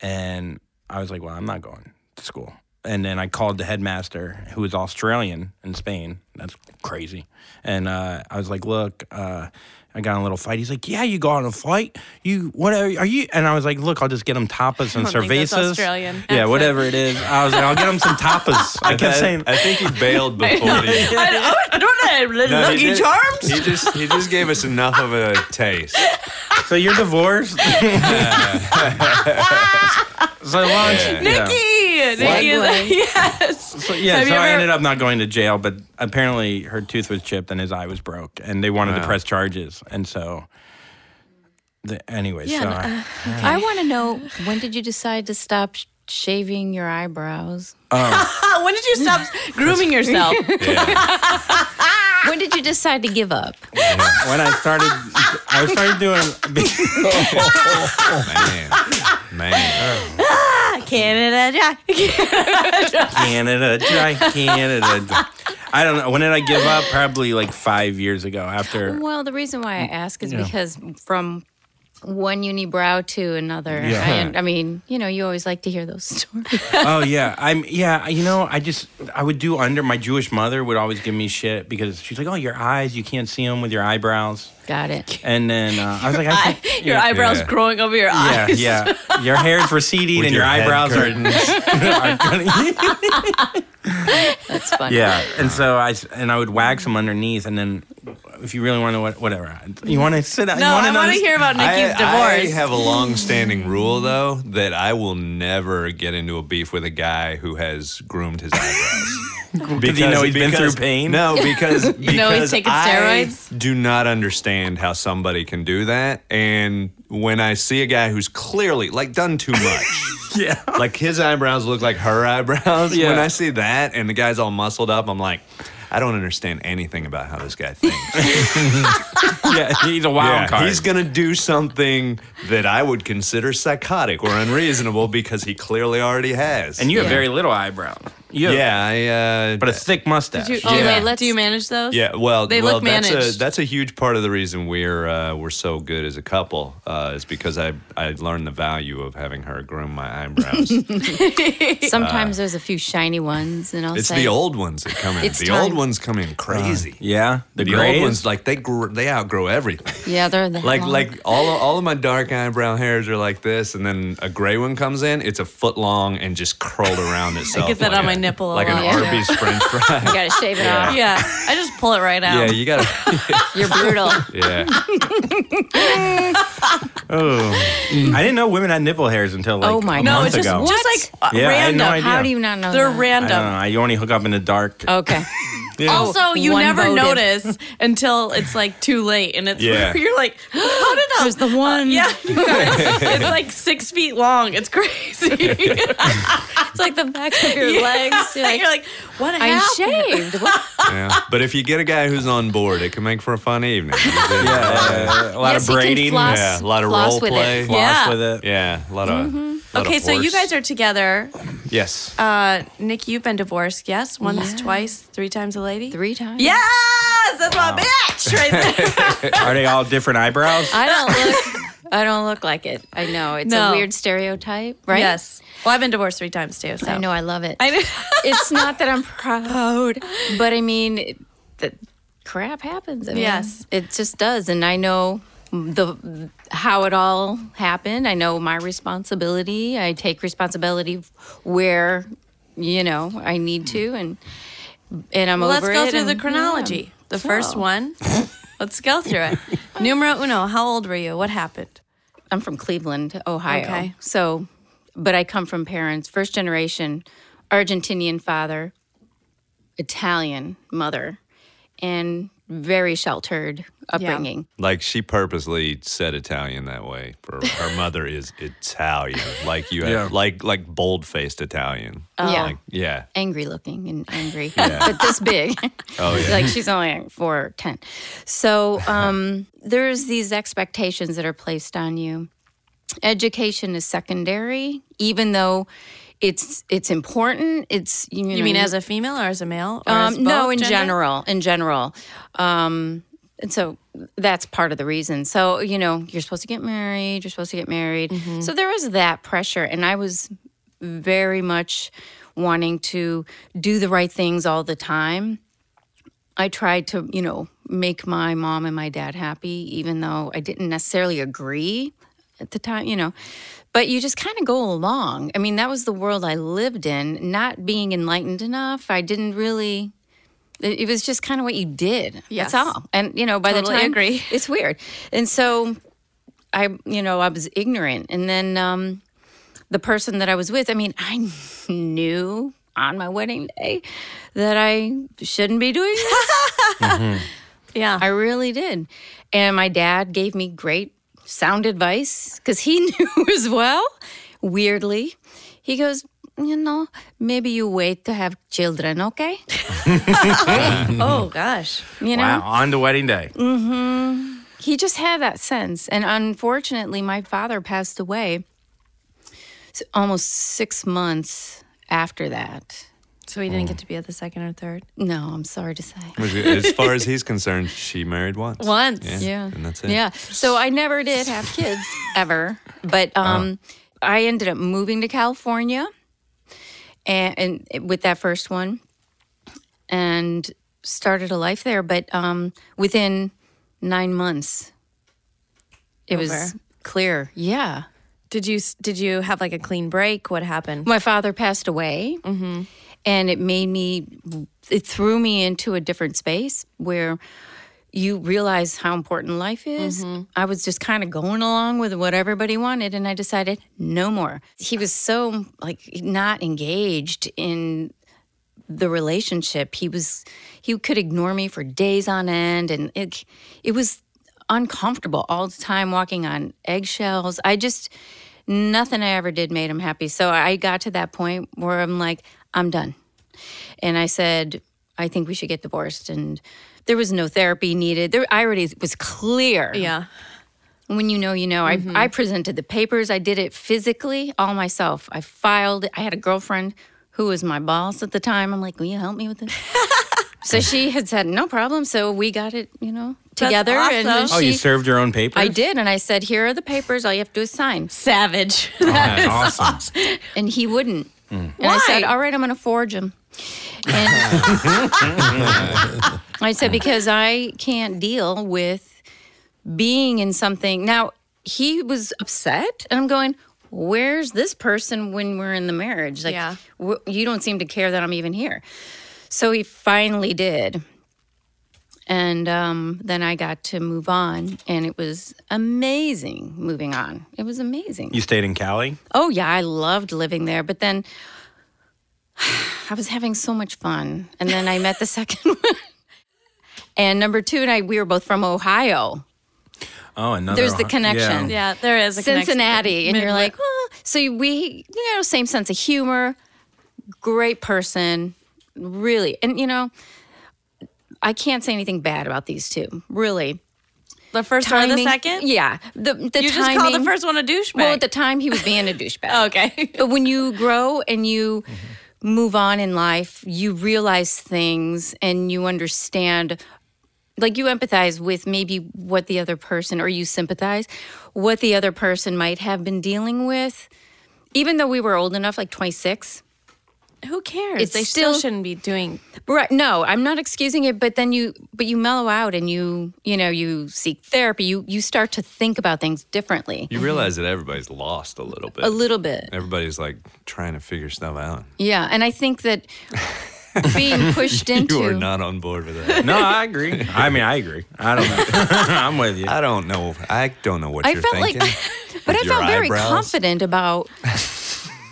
A: And I was like, well, I'm not going to school. and then I called the headmaster, who was Australian in Spain. That's crazy. And uh, I was like, "Look, uh, I got in a little fight." He's like, "Yeah, you got in a fight. You whatever are you?" And I was like, "Look, I'll just get him tapas
B: *laughs*
A: and
B: I don't think that's
A: cervezas."
B: Australian
A: yeah,
B: accent.
A: whatever it is. I was like, "I'll get him some tapas." *laughs* I kept
F: I-
A: saying,
F: I think he
B: *laughs*
F: bailed before
B: *laughs*
F: he.
B: I, oh, I don't know.
F: No, he
B: Lucky
F: did-
B: Charms.
F: He just he just gave us enough of a taste.
B: *laughs*
A: "So you're *laughs* divorced?" so lunch,
F: Yeah.
B: Nikki. Nikki is, *laughs* yes.
A: So, yeah,
B: Have
A: so
B: you
A: I
B: ever-
A: ended up not going to jail, but apparently her tooth was chipped and his eye was broke, and they wanted to
F: Wow.
A: press charges, and so. The, anyway,
E: Yeah,
A: so
E: no,
A: I-
E: I want to know when did you decide to stop sh- shaving your eyebrows?
B: Ah, when did you stop *laughs* grooming *laughs* yourself?
F: Yeah.
E: When did you decide to give up?
B: uh,
A: *laughs* when I started, I started
B: *laughs*
A: doing.
F: Man. Man.
B: Canada Jack.
A: Canada dry, Canada. dry. I don't know. When did I give up? Probably like five years ago. After
E: Well, the reason why I ask is because from one uni brow to another.
A: Yeah.
E: I, I mean, you know, you always like to hear those stories.
A: oh yeah, I'm yeah. You know, I just I would do under. My Jewish mother would always give me shit because she's like, "Oh, your eyes, you can't see them with your eyebrows."
E: Got it.
A: And then uh, I was like, I think,
B: *laughs* your eyebrows
F: Yeah.
B: growing over your
A: Yeah,
B: eyes.
A: yeah. Your hair's receding
F: With
A: and your,
F: your head
A: eyebrows are. *laughs* are-
E: That's funny.
A: yeah, and so I s- and I would wax them underneath, and then if you really want to, what- whatever you want to sit down.
B: No,
A: you
B: I want to
A: notice-
B: hear about Nikki's
F: I, I
B: divorce.
F: have a long-standing rule though that I will never get into a beef with a guy who has groomed his eyebrows. Because,
A: he know he's been
F: because-
A: through pain?
F: No, because you
B: know he's taking steroids?
F: do not understand how somebody can do that. And when I see a guy who's clearly like done
A: *laughs*
F: too much,
A: Yeah.
F: like his eyebrows look like her eyebrows. When
A: Yeah.
F: I see that and the guy's all muscled up, I'm like, I don't understand anything about how this guy thinks.
A: yeah, he's a wild
F: Yeah,
A: card.
F: He's going to do something that I would consider psychotic or unreasonable because he clearly already has.
A: and you have
E: Yeah.
A: very little eyebrow. You have-
F: yeah, I, uh,
A: but a thick mustache.
B: Do you, oh,
F: Yeah.
B: wait,
E: Let's-
B: do you manage those?
F: yeah, well,
B: They
F: well,
B: look
F: that's a
B: managed.
F: that's a huge part of the reason we're uh, we're so good as a couple uh, is because I I learned the value of having her groom
B: *laughs*
F: my eyebrows.
E: Sometimes there's a few shiny ones, and I'll
F: it's
E: say,
F: the old ones that come in.
E: It's
F: the
E: time.
F: old ones come in crazy.
A: Uh, yeah, the,
F: The
A: grays?
F: old ones like they gr- they outgrow everything.
E: Yeah, they're that
F: *laughs* Like
E: long.
F: like all of, all of my dark eyebrow hairs are like this, and then a gray one comes in. It's a foot long and just curled around
B: *laughs*
F: itself.
B: get that
F: like
B: on my
F: a-
B: nipple a
F: like an
B: lot.
E: Yeah.
F: Arby's French fry.
E: You gotta *laughs* shave it off.
B: Yeah, I just pull it right out.
F: *laughs* yeah, you gotta.
E: You're brutal.
F: *laughs* Yeah,
A: Oh, I didn't know women had nipple hairs until like
E: Oh my
A: a
E: God.
B: no,
A: month
B: it's just,
A: ago.
B: just like uh,
A: Yeah, I had no
B: random.
A: idea.
E: How do you not know?
A: I
B: They're
E: that?
A: don't know.
B: random.
A: I only hook up in the dark.
E: Okay.
B: Also, you
E: One
B: never
E: voted.
B: notice until it's like too late, and it's *laughs*
F: Yeah.
B: you're like, how did I?
E: There's the one.
B: Yeah, *laughs* you guys, it's like six feet long. It's crazy. it's like the back *laughs*
E: Of your legs. *laughs* You're like,
B: you're like, what
E: I'm
B: happened?
E: shaved. What?
F: yeah. But if you get a guy who's on board, it can make for a
B: *laughs*
F: fun evening. yeah,
A: Uh, a lot of
E: Yes, he can
A: braiding.
E: floss.
F: yeah, a lot of
E: Floss
F: role
E: with it.
F: play.
A: floss
B: Yeah.
A: with it.
F: Yeah, a lot of. lot of
B: Mm-hmm. Okay, so you
F: force.
B: guys are together.
F: yes.
B: Uh, Nick, you've been divorced, yes? Once, twice, three times a lady?
E: Three times.
B: Yes! That's my bitch right
E: *laughs*
B: there.
A: Are they all different eyebrows?
E: I don't look. I don't look like it. I know it's
B: No.
E: a weird stereotype, right?
B: Yes. Well, I've been divorced three times too, so. *laughs*
E: I know. I love it.
B: I know.
E: it's not that I'm proud, but I mean, it- that crap happens. I mean,
B: Yes.
E: it just does, and I know the how it all happened. I know my responsibility. I take responsibility where you know I need to, and and I'm
B: Well, let's
E: over
B: go
E: it
B: through the
E: and-
B: chronology.
E: yeah.
B: The first
E: So,
B: one. Let's go through
E: *laughs*
B: it. Numero uno, how old were you? What happened?
E: I'm from Cleveland, Ohio.
B: Okay.
E: So, but I come from parents, first generation Argentinian father, Italian mother, and very sheltered upbringing.
F: Like she purposely said Italian that way. For her mother is Italian, like you, have,
A: Yeah.
F: like like bold faced Italian.
B: Oh.
E: Yeah.
F: Like, yeah.
E: Angry looking and angry,
F: *laughs* Yeah.
E: but this big.
B: *laughs*
F: Oh yeah.
E: like she's only like four or ten.
F: *laughs*
E: So um, there's these expectations that are placed on you. Education is secondary, even though it's it's important. It's you, know,
B: You mean as a female or as a male? Or as
E: Mm. Um, no,
B: both
E: in
B: gender?
E: general, in general. Um, and so that's part of the reason. So, you know, you're supposed to get married,
B: Mm-hmm.
E: you're supposed to get married. So there was that pressure. And I was very much wanting to do the right things all the time. I tried to, you know, make my mom and my dad happy, even though I didn't necessarily agree at the time, you know. But you just kind of go along. I mean, that was the world I lived in, not being enlightened enough. I didn't really. It it was just kind of what you did.
B: Yes.
E: That's all. And you know, by
B: Totally
E: the time
B: agree.
E: *laughs* it's weird. And so I, you know, I was ignorant. And then um, the person that I was with, I mean, I *laughs* knew on my wedding day that I shouldn't be doing this.
B: Yeah.
E: I really did. And my dad gave me great sound advice because he *laughs* knew as well, weirdly. He goes, you know, maybe you wait to have children, okay?
B: oh gosh.
E: You know? Mm,
A: Wow, on to wedding day.
E: he just had that sense. And unfortunately, my father passed away s- almost six months after that.
B: So he didn't
F: Mm.
B: get to be at the second or third.
E: No, I'm sorry to say.
F: Which, As far as he's concerned, she married once.
B: Once.
E: Yeah.
F: And that's it.
E: Yeah. So I never did have kids ever, but um, I ended up moving to California, and, and with that first one, and started a life there. But um, within nine months, it was
B: Over.
E: clear. Yeah.
B: Did you did you have like a clean break? What happened?
E: My father passed away, and it made me, it threw me into a different space where you realize how important life is. I was just kind of going along with what everybody wanted, and I decided no more. He was so like not engaged in the relationship. He was, he could ignore me for days on end, and it, it was uncomfortable all the time, walking on eggshells. I just, nothing I ever did made him happy. So I got to that point where I'm like, I'm done. And I said, I think we should get divorced. And there was no therapy needed. There, I already was clear.
B: Yeah.
E: When you know, you know. I, I presented the papers. I did it physically all myself. I filed. it. I had a girlfriend who was my boss at the time. I'm like, will you help me with this? so she had said, no problem. So we got it, you know, together. And then
B: awesome.
A: Oh, you
E: she-
A: served your own paper?
E: I did. And I said, here are the papers. All you have to do is sign.
B: Savage.
A: That's awesome.
E: and he wouldn't. And I said,
B: Why?
E: "All right, I'm going to forge him." And I said because I can't deal with being in something. Now he was upset, and I'm going, "Where's this person when we're in the marriage? Like,
B: Yeah.
E: wh- you don't seem to care that I'm even here." So he finally did. And um, then I got to move on, and it was amazing moving on. It was amazing.
A: You stayed in Cali?
E: Oh yeah, I loved living there, but then *sighs* I was having so much fun, and then I *laughs* met the second one. And number two and I, we were both from Ohio,
A: Oh, another.
E: There's the
A: Ohio-
B: *laughs*
E: connection.
B: yeah, there is a connection.
E: Cincinnati, and you're
B: Midwest.
E: like, oh. so we, you know, same sense of humor, great person, really, and you know, I can't say anything bad about these two, really.
B: the first one or the second?
E: yeah, the the
B: You
E: timing.
B: just called the first one a douchebag.
E: Well, at the time he was being a douchebag.
B: okay.
E: But when you grow and you move on in life, you realize things and you understand, like you empathize with maybe what the other person, or you sympathize, what the other person might have been dealing with. Even though we were old enough, like 26.
B: Who cares?
E: It's
B: they still,
E: still-
B: shouldn't be doing.
E: Right. No, I'm not excusing it, but then you but you mellow out and you, you know, you seek therapy. You you start to think about things differently.
B: Mm-hmm.
F: You realize that everybody's lost a little bit.
E: A little bit.
F: Everybody's like trying to figure stuff out.
E: Yeah. And I think
F: *laughs*
E: that being pushed into
F: You are not on board with that.
A: No, I agree. I mean, I agree. I don't know. *laughs* I'm with you.
F: I don't know. I don't know what
E: I
F: you're
E: felt
B: *laughs*
F: thinking.
E: like, but I
F: With your
E: felt very
F: eyebrows.
E: confident
F: *laughs*
E: about.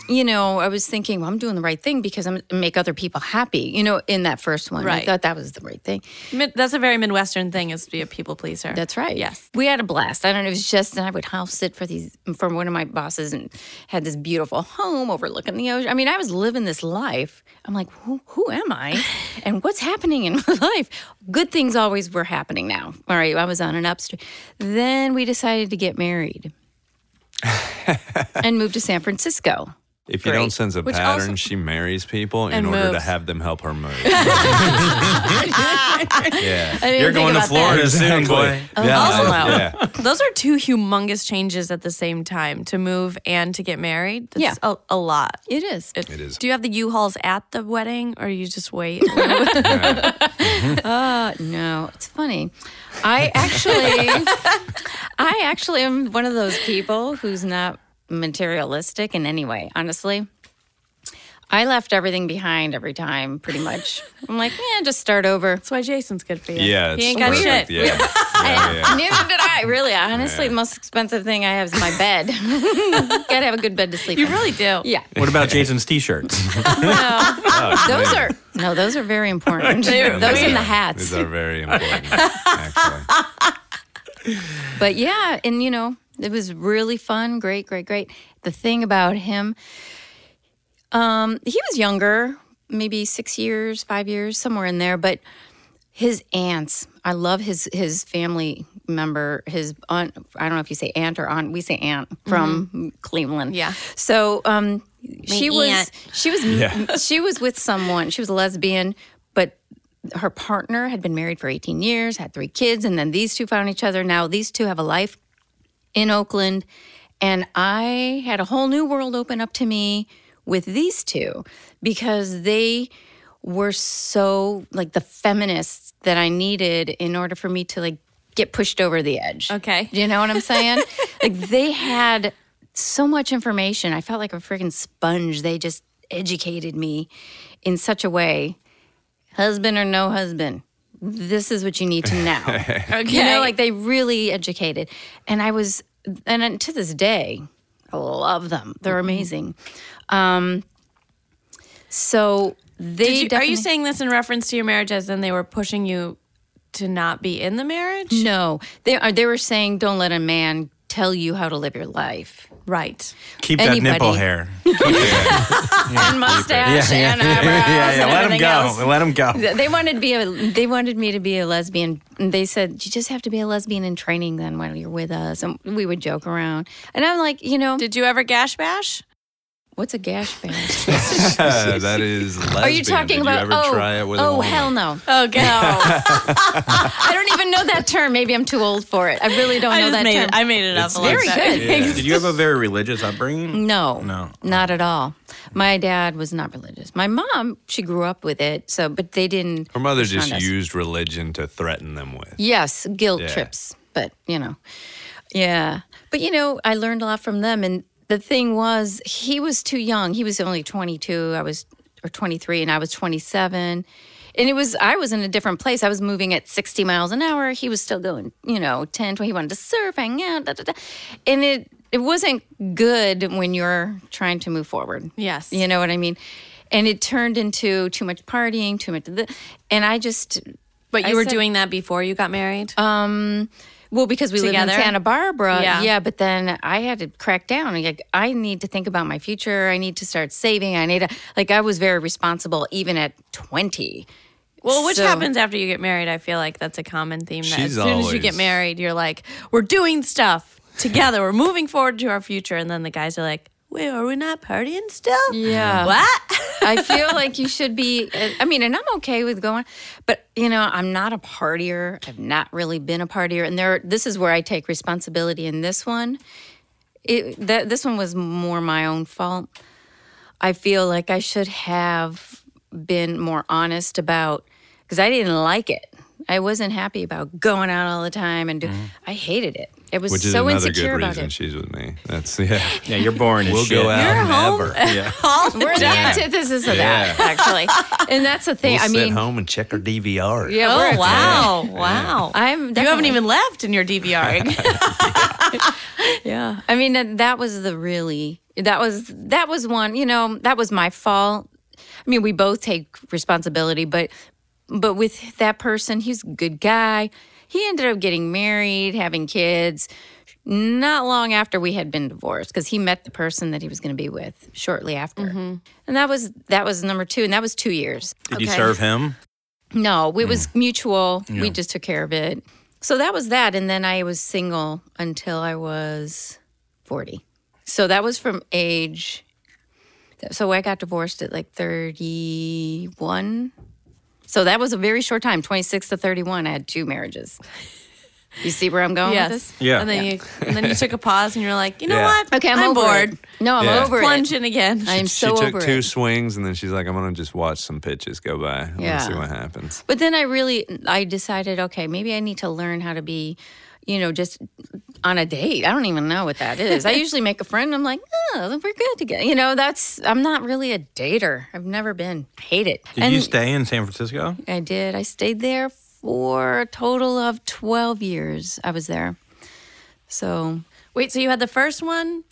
E: You know, I was thinking, well, I'm doing the right thing because I'm make other people happy. You know, in that first one, I
B: Right.
E: thought that was the right thing.
B: Mid, that's a very Midwestern thing is to be a people pleaser.
E: That's right.
B: Yes.
E: we had a blast. I don't know. It was just, and I would house sit for these from one of my bosses, and had this beautiful home overlooking the ocean. I mean, I was living this life. I'm like, who, who am *laughs* I, and what's happening in my *laughs* life? Good things always were happening. Now, all right, I was on an upstream. *laughs* Then we decided to get married, and moved to San Francisco.
F: If you don't
E: Great.
F: sense a
B: Which
F: pattern,
B: also-
F: she marries people in
B: And
F: order to
B: moves.
F: have them help
B: *laughs*
F: her move. *laughs*
B: I
F: yeah.
B: didn't
A: You're
B: think
A: going to
B: about that. Oh,
A: Florida soon, boy.
F: Yeah,
B: also,
F: I-
B: though,
F: yeah.
B: *laughs* Those are two humongous changes at the same time to move and to get married. That's
E: Yeah.
B: a, a lot.
E: It is.
F: It is.
B: Do you have the U-Hauls at the wedding or you just
E: *laughs*
B: wait?
F: Yeah.
E: Uh, no, it's funny. I
B: *laughs*
E: actually, I actually am one of those people who's not materialistic in any way. Honestly, I left everything behind every time, pretty much. I'm like, yeah, just start over.
B: That's why Jason's good for you.
F: Yeah,
B: He ain't got
F: perfect.
B: shit.
F: Yeah.
B: *laughs*
F: yeah, yeah.
E: Neither did I. Really, honestly, the most expensive thing I have is my bed. *laughs* Gotta have a good bed to sleep.
B: You
E: in.
B: really do.
E: *laughs* Yeah.
A: What about Jason's t-shirts?
E: No, those are no, those are very important.
B: They're-
E: those
B: we-
E: and the
F: These
E: hats.
F: are
A: *laughs*
F: very important, actually.
E: But yeah, and you know, it was really fun. Great, great, great. The thing about him, um, he was younger, maybe six years, five years, somewhere in there. But his aunts, I love his his family member, his aunt. I don't know if you say aunt or aunt. We say aunt from Cleveland.
B: Yeah.
E: So um, she was
B: aunt.
E: she was she was with someone. She was a lesbian, but her partner had been married for 18 years, had three kids, and then these two found each other. Now these two have a life in Oakland, and I had a whole new world open up to me with these two because they were so like the feminists that I needed in order for me to like get pushed over the edge.
B: Okay.
E: You know what I'm saying? like they had so much information. I felt like a freaking sponge. They just educated me in such a way. Husband or no husband, this is what you need to
A: *laughs*
E: know.
B: Okay.
E: You know, like they really educated. And I was, and then to this day, I love them. They're
B: Mm-hmm.
E: amazing. Um, so they.
B: Did you- are you
E: definitely-
B: saying this in reference to your marriage as in they were pushing you to not be in the marriage?
E: No, they are. They were saying, don't let a man tell you how to live your life.
B: Right.
A: Keep that
E: Anybody.
A: nipple hair.
E: And mustache and
A: *laughs*
E: eyebrows
A: yeah, yeah. Let
E: and
A: him
E: everything
A: go.
E: else.
A: Let him go.
E: Th- They wanted to be a, they wanted me to be a lesbian. And they said you just have to be a lesbian in training then when you're with us. And we would joke around. And I'm like, you know,
B: Did you ever gash bash?
E: what's a gash band?
F: *laughs* that is lesbian.
E: Are you talking
F: Did
E: about?
F: you ever
E: oh,
F: try it with a
E: oh,
F: woman?
E: hell no!
B: *laughs* Okay.
E: I don't even know that term. Maybe I'm too old for it. I really
F: *laughs*
E: don't
B: I
E: know
B: just
E: that
B: made
E: term.
B: it. I made it up a little
E: *laughs* very
B: bit.
E: good.
A: Yeah. Did you have a very religious upbringing?
E: No,
A: No.
E: not at all. My dad was not religious. My mom, she grew up with it. So, but they didn't.
F: Her mother
E: push on
F: just
E: us.
F: used religion to threaten them with.
E: Yes, guilt
F: Yeah.
E: trips. But, you know, yeah. But, you know, I learned a lot from them. And the thing was, he was too young. He was only 22. I was, or 23, and I was 27. And it was, I was in a different place. I was moving at 60 miles an hour. He was still going, you know, 10, 20. He wanted to surf, hang out, da, da, da. And it, it wasn't good when you're trying to move forward.
B: Yes.
E: You know what I mean? And it turned into too much partying, too much. of thi- And I just,
B: But you
E: I
B: were
E: said-
B: doing that before you got married?
E: well, because we live
B: Together?
E: in Santa Barbara.
B: Yeah.
E: but then I had to crack down. Like, I need to think about my future. I need to start saving. I need to, like, I was very responsible even at 20.
B: Well, which
E: So-
B: happens after you get married, I feel like that's a common theme. That as
F: She's
B: soon as you get
F: always-
B: married, you're like, we're doing stuff together, we're moving forward to our future. And then the guys are like, wait, are we not partying still?
E: Yeah.
B: What? *laughs*
E: I feel like you should be, I mean, and I'm okay with going, but, you know, I'm not a partier. I've not really been a partier. And there, this is where I take responsibility in this one. It, that, this one was more my own fault. I feel like I should have been more honest about because I didn't like it. I wasn't happy about going out all the time and do, I hated it. It was
F: Mm-hmm. Which is
E: so
F: another
E: insecure
F: good
E: about
F: reason
E: it.
F: she's with me. That's
E: *laughs*
F: yeah.
A: Yeah, you're boring as
F: We'll
A: shit.
F: go out never.
B: *laughs*
A: Yeah.
B: All the
E: We're the
B: time. Oh,
E: antithesis of that,
B: *laughs*
F: Yeah.
E: actually. *laughs* And that's the thing.
F: We'll
E: I
F: sit
E: mean,
F: home and check our DVR.
E: yeah, we're
B: Oh
E: a-
B: wow, wow!
E: I'm
B: you haven't
E: definitely-
B: even left in your DVR. *laughs* yeah,
E: I mean, that, that was the really that was that was one. You know, that was my fault. I mean, we both take responsibility, but but with that person, he's a good guy. He ended up getting married, having kids. Not long after we had been divorced, because he met the person that he was going to be with shortly after, and that was that was number two, and that was two years.
A: Did you serve him?
E: No, it was mutual. We just took care of it. So that was that. And then I was single until I was 40. So that was from age So I got divorced at like 31. So that was a very short time, 26 to 31. I had two marriages. You see where I'm going with
B: Yes.
E: this?
A: Yeah.
B: And then you and then you took a pause and you're like, you know
F: Yeah.
B: what?
E: Okay, I'm, over
B: bored.
E: It. No, I'm
F: Yeah.
E: over
B: Plunge
E: it.
B: in again.
E: I'm
F: she
E: so over
F: took two
E: it.
F: swings and then she's like, I'm gonna just watch some pitches go by. I'm
E: Yeah.
F: gonna see what happens.
E: But then I really, I decided, okay, maybe I need to learn how to be, you know, just on a date. I don't even know what that is. I usually make a friend. I'm like, oh, we're good together. You know, that's. I'm not really a dater. I've never been. I hate it.
A: Did
E: and
A: you stay in San Francisco?
E: I did. I stayed there for a total of 12 years. I was there. So
B: Wait, so you had the first one,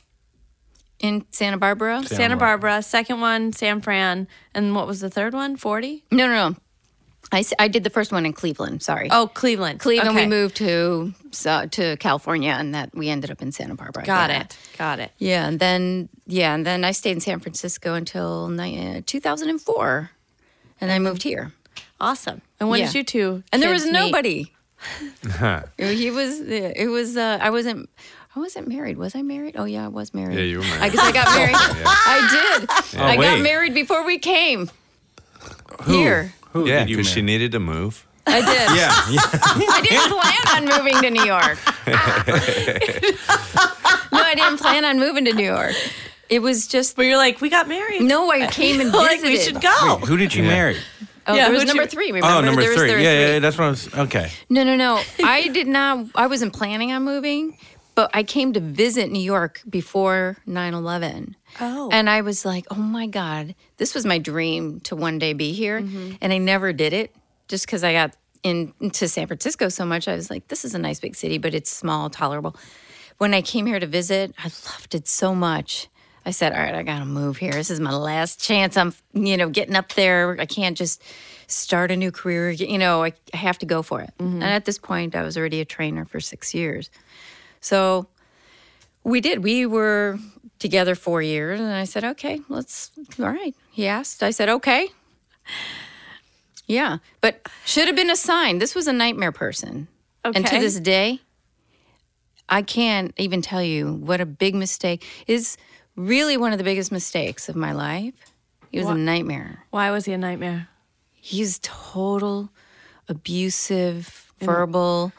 E: in Santa Barbara.
B: Santa Barbara, second one, San Fran, and what was the third one? 40?
E: No, no, no. I, s- I did the first one in Cleveland. Sorry.
B: Oh, Cleveland.
E: Cleveland.
B: Okay.
E: We moved to so, to California, and that we ended up in Santa Barbara.
B: Got
E: Yeah.
B: it. Got it.
E: Yeah, and then yeah, and then I stayed in San Francisco until ni- uh, 2004, and I moved here.
B: Awesome. And when
E: Yeah.
B: did you two?
E: And there
B: Mm-hmm. kids
E: was
B: meet? *laughs*
E: nobody. he was. It was. Uh, I wasn't. I wasn't married. Was I married? Oh yeah, I was married.
F: Yeah, you were
E: I
F: married.
E: guess I got married. I did. I got
A: wait.
E: married before we came
A: Who?
E: here.
A: Who
F: yeah,
A: did you
F: because she
A: marry?
F: needed to move.
E: I did.
F: *laughs*
A: Yeah, yeah.
E: I didn't plan on moving to New York. no, I didn't plan on moving to New York. It was just
B: But you're like, we got married.
E: no. I came and visited.
B: like we should go.
A: Who did you marry?
E: Oh,
B: Yeah,
E: there was
B: who'd
E: number
B: you-
E: three. Remember,
A: Oh, number
E: there was
A: three.
E: there
A: Yeah,
E: were
A: yeah, yeah, that's what I was. Okay.
E: No, no, *laughs* no. I did not. I wasn't planning on moving, but I came to visit New York before 9/11.
B: Oh.
E: And I was like, oh my God, this was my dream to one day be here. And I never did it just because I got in, into San Francisco so much. I was like, this is a nice big city, but it's small, tolerable. When I came here to visit, I loved it so much. I said, all right, I got to move here. This is my last chance. I'm, you know, getting up there. I can't just start a new career. You know, I, I have to go for it. And at this point, I was already a trainer for six years. So we did. We were together four years, and I said, "Okay, let's." All right, he asked. I said, "Okay." Yeah, but should have been a sign. This was a nightmare person, and to
B: Okay.
E: this day, I can't even tell you what a big mistake is. Really, one of the biggest mistakes of my life. He was a nightmare
B: Why was he a nightmare?
E: he's total abusive verbal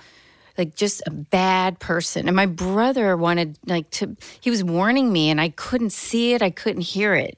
E: like just a bad person and my brother wanted like to he was warning me and i couldn't see it i couldn't hear it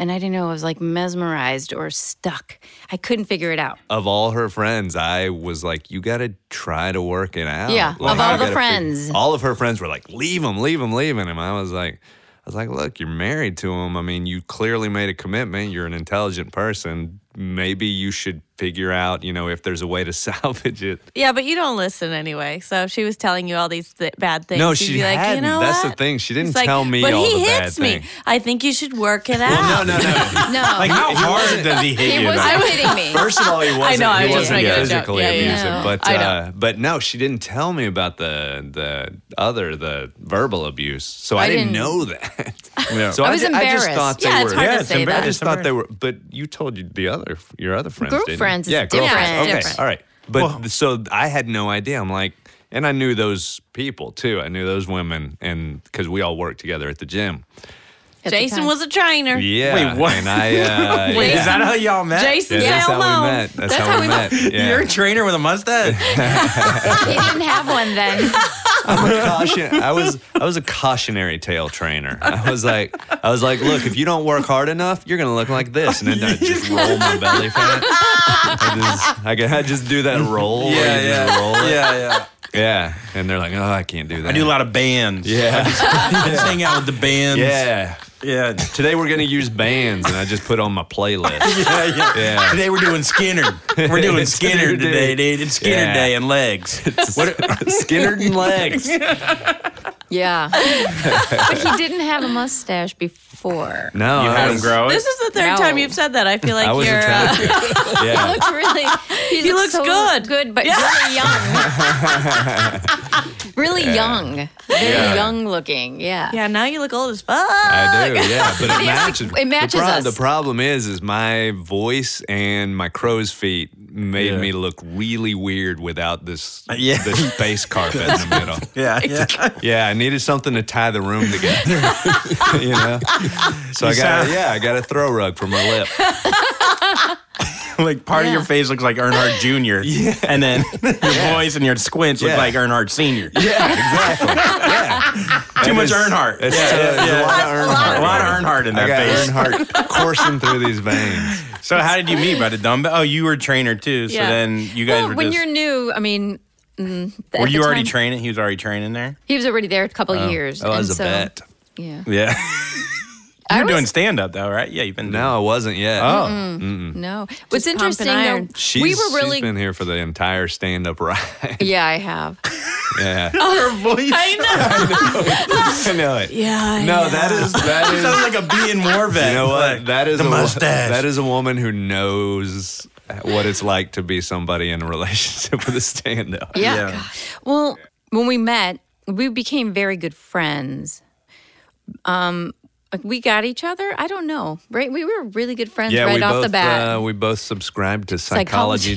E: and i didn't know i was like mesmerized or stuck i couldn't figure it out
F: Of all her friends, I was like, you gotta try to work it out.
E: Yeah, of
F: Like,
E: all
F: you
E: the
F: gotta fig-
E: friends.
F: all of her friends were like, leave him, leave him, leave him. And I was like, I was like, look, you're married to him. I mean, you clearly made a commitment. You're an intelligent person. Maybe you should figure out, you know, if there's a way to *laughs* salvage it.
B: Yeah, but you don't listen anyway. So if she was telling you all these th- bad things.
F: No,
B: you'd
F: she
B: be like,
F: hadn't.
B: You know
F: That's the
B: what?"
F: thing. She didn't
B: It's like,
F: tell me
B: but
F: all
B: he
F: the bad
B: hits me.
F: thing.
B: I think you should work it out. *laughs*
F: no, no.
E: no
A: Like, how hard does he hit
E: he
A: you?
E: wasn't
A: though?
E: hitting
F: *laughs*
E: me
F: First of all, he wasn't,
B: know, *laughs* I
F: he
B: was just
F: wasn't
B: making a joke.
F: physically
B: Yeah, yeah,
F: abusive,
E: yeah.
F: but
B: I know.
F: uh, but no, she didn't tell me about the the other the verbal abuse, so I, didn't,
E: didn't-
F: know that. *laughs* So
E: I
F: I,
E: was
F: ju- I just
E: embarrassed.
F: thought they
B: Yeah,
F: were.
B: it's hard
A: Yeah,
B: to
A: it's
B: say
F: I
B: that.
F: just thought they were. But you told you the other your other friends.
E: Girlfriends is
F: didn't you?
E: different.
F: girlfriends.
E: Yeah, it's
F: okay,
E: different.
F: all right. But th- so I had no idea. I'm like, and I knew those people too. I knew those women, and because we all worked together at the gym.
E: At the
B: Jason
E: time. *laughs*
B: was a trainer.
F: Yeah.
A: Wait, what?
F: And I. Uh,
B: Wait.
A: Is that how y'all met?
B: Jason
F: Yeah, that's how
B: Salmone.
F: we met. That's, how, we met. Yeah.
A: You're a trainer with a mustache.
E: he didn't have one then
F: caution. I was I was a cautionary tale trainer. I was like I was like, look, if you don't work hard enough, you're gonna look like this, and then I *laughs* just roll my belly fat. I just, I, can, I just do that roll. Yeah, where you *laughs* yeah. Just roll it.
A: yeah, yeah.
F: yeah. And they're like, oh, I can't do that.
A: I do a lot of bands.
F: Yeah.
A: I just hang out with the bands.
F: yeah.
A: yeah, *laughs*
F: Today we're gonna use bands, and I just put on my playlist.
A: yeah, yeah.
F: Yeah.
A: Today we're doing Skinner. We're doing
F: It's Skinner
A: Skinner *laughs* today,
F: day.
A: dude. It's Skinner
F: Yeah.
A: Day and *laughs* legs.
F: *laughs* Skinner and *laughs* legs.
E: yeah but he didn't have a mustache before
F: No, I was-
B: This is the third
E: No.
B: time you've said that. I feel like
F: *laughs* I was
B: you're. Uh, *laughs*
F: attractive. yeah.
E: looked really. He,
B: looks
E: looked so
B: good.
E: good, but really young. really young, very
F: Yeah.
E: young looking. Yeah.
B: yeah, now you look old as fuck.
F: I do, yeah.
E: *laughs*
F: But it matches.
E: it matches
F: the
E: us.
F: The problem is, is my voice and my crow's feet made me look really weird without this
A: Uh, yeah.
F: this space carpet
A: *laughs*
F: in the middle.
E: *laughs*
A: Yeah, yeah.
F: Yeah, I needed something to tie the room together. *laughs* you know? So I got
A: sound-
F: to yeah, I got a throw rug for my
A: *laughs*
F: lip.
A: *laughs* like part of your
E: Yeah.
A: face looks like Earnhardt *laughs* Jr. And then your voice and your squints
F: Yeah.
A: look like Earnhardt Sr.
F: Yeah,
A: *laughs*
F: exactly.
A: Too much
F: is-
A: Earnhardt.
F: It's,
A: Yeah,
F: uh,
A: yeah,
F: there's
A: yeah.
F: a lot of Earnhardt.
A: A lot of Earnhardt in
F: I
A: that
F: got
A: face.
F: Earnhardt coursing through these veins.
A: So how did you meet by the dumbbell? Oh, you were a trainer too. So
B: Yeah.
A: then you guys
E: well,
A: were
E: when
A: just.
E: you're new, I mean, mm, at
A: were
E: the
A: you already
E: time-
A: training? He was already training there.
E: He was already there a couple of years.
F: Oh. That was
E: and
F: a
E: so,
F: bet.
E: Yeah.
A: Yeah.
E: I
A: You're doing
E: was-
A: stand up though, right? Yeah, you've been.
F: No, I wasn't yet.
A: Oh,
E: No. What's
B: pumping
E: interesting though,
B: iron.
F: She's,
E: we were really
F: she's been here for the entire stand up *laughs* ride.
E: Yeah, I have.
F: yeah.
E: Oh.
F: Her voice. *laughs* I know. I know
B: *laughs*
F: it.
B: Yeah.
F: No, that
A: *laughs*
F: is that is
A: sounds like a B in war vet.
F: *laughs* You know what? That is
A: the
F: a wo-
A: mustache.
F: that is a woman who knows what it's like to be somebody in a *laughs* relationship with a stand-up.
E: Yeah.
A: Yeah.
E: God. Well, when we met, we became very good friends. Um like we got each other. I don't know, right? We were really good friends
F: Yeah,
E: right
F: we
E: off
F: both
E: the bat.
F: Uh, we both subscribed to Psychology,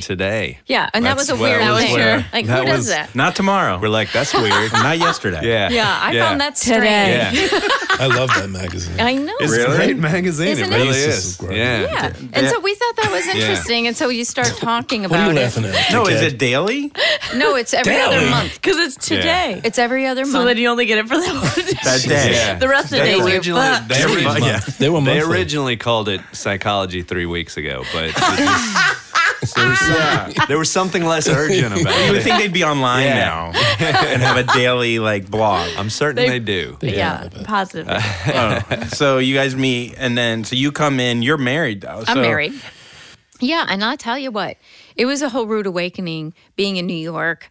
E: Psychology.
F: Today.
E: yeah, and that was
F: that's
E: a
F: where-
E: weird
F: that was
E: thing.
F: where-
E: like
F: that
E: who does
F: was-
E: that?
A: Not tomorrow.
F: We're
E: *laughs*
F: like, that's weird.
A: Not yesterday.
F: yeah,
E: Yeah, I found that strange.
B: Today.
E: *laughs*
F: Yeah,
D: I love that magazine.
E: I know.
F: it's a great magazine.
E: Isn't
F: it
E: it?
F: really
D: I used to
F: is.
D: subscribe.
F: Yeah.
E: Yeah. And so we thought that was interesting. And so you
D: *laughs*
E: start talking
D: What are
E: about
D: you
E: it.
D: laughing at?
A: No, is
D: dickhead?
A: it daily?
E: No, it's every other
D: Damn.
E: month.
B: Because it's today.
E: It's every other
B: So then
E: month.
B: you only get it for that one.
F: *laughs*
A: That day.
F: Yeah.
B: *laughs* the rest of the
F: They
B: days you're
F: originally,
B: fucked.
F: they,
A: Every
F: originally,
A: month. Yeah.
D: They were
F: they
D: monthly.
F: originally called it Psychology three weeks ago,
E: *laughs*
F: but it was- there, was something, there was something less urgent *laughs* about
A: You would
F: it.
A: think they'd be online
F: Yeah.
A: now and have a daily like
F: *laughs*
A: blog.
F: I'm certain
B: They-
F: they do.
B: yeah,
F: *laughs*
B: positive.
F: Oh.
A: So you guys meet, and then so you come in. You're married though.
E: I'm
A: so-
E: married. Yeah, and I'll tell you what, it was a whole rude awakening being in New York.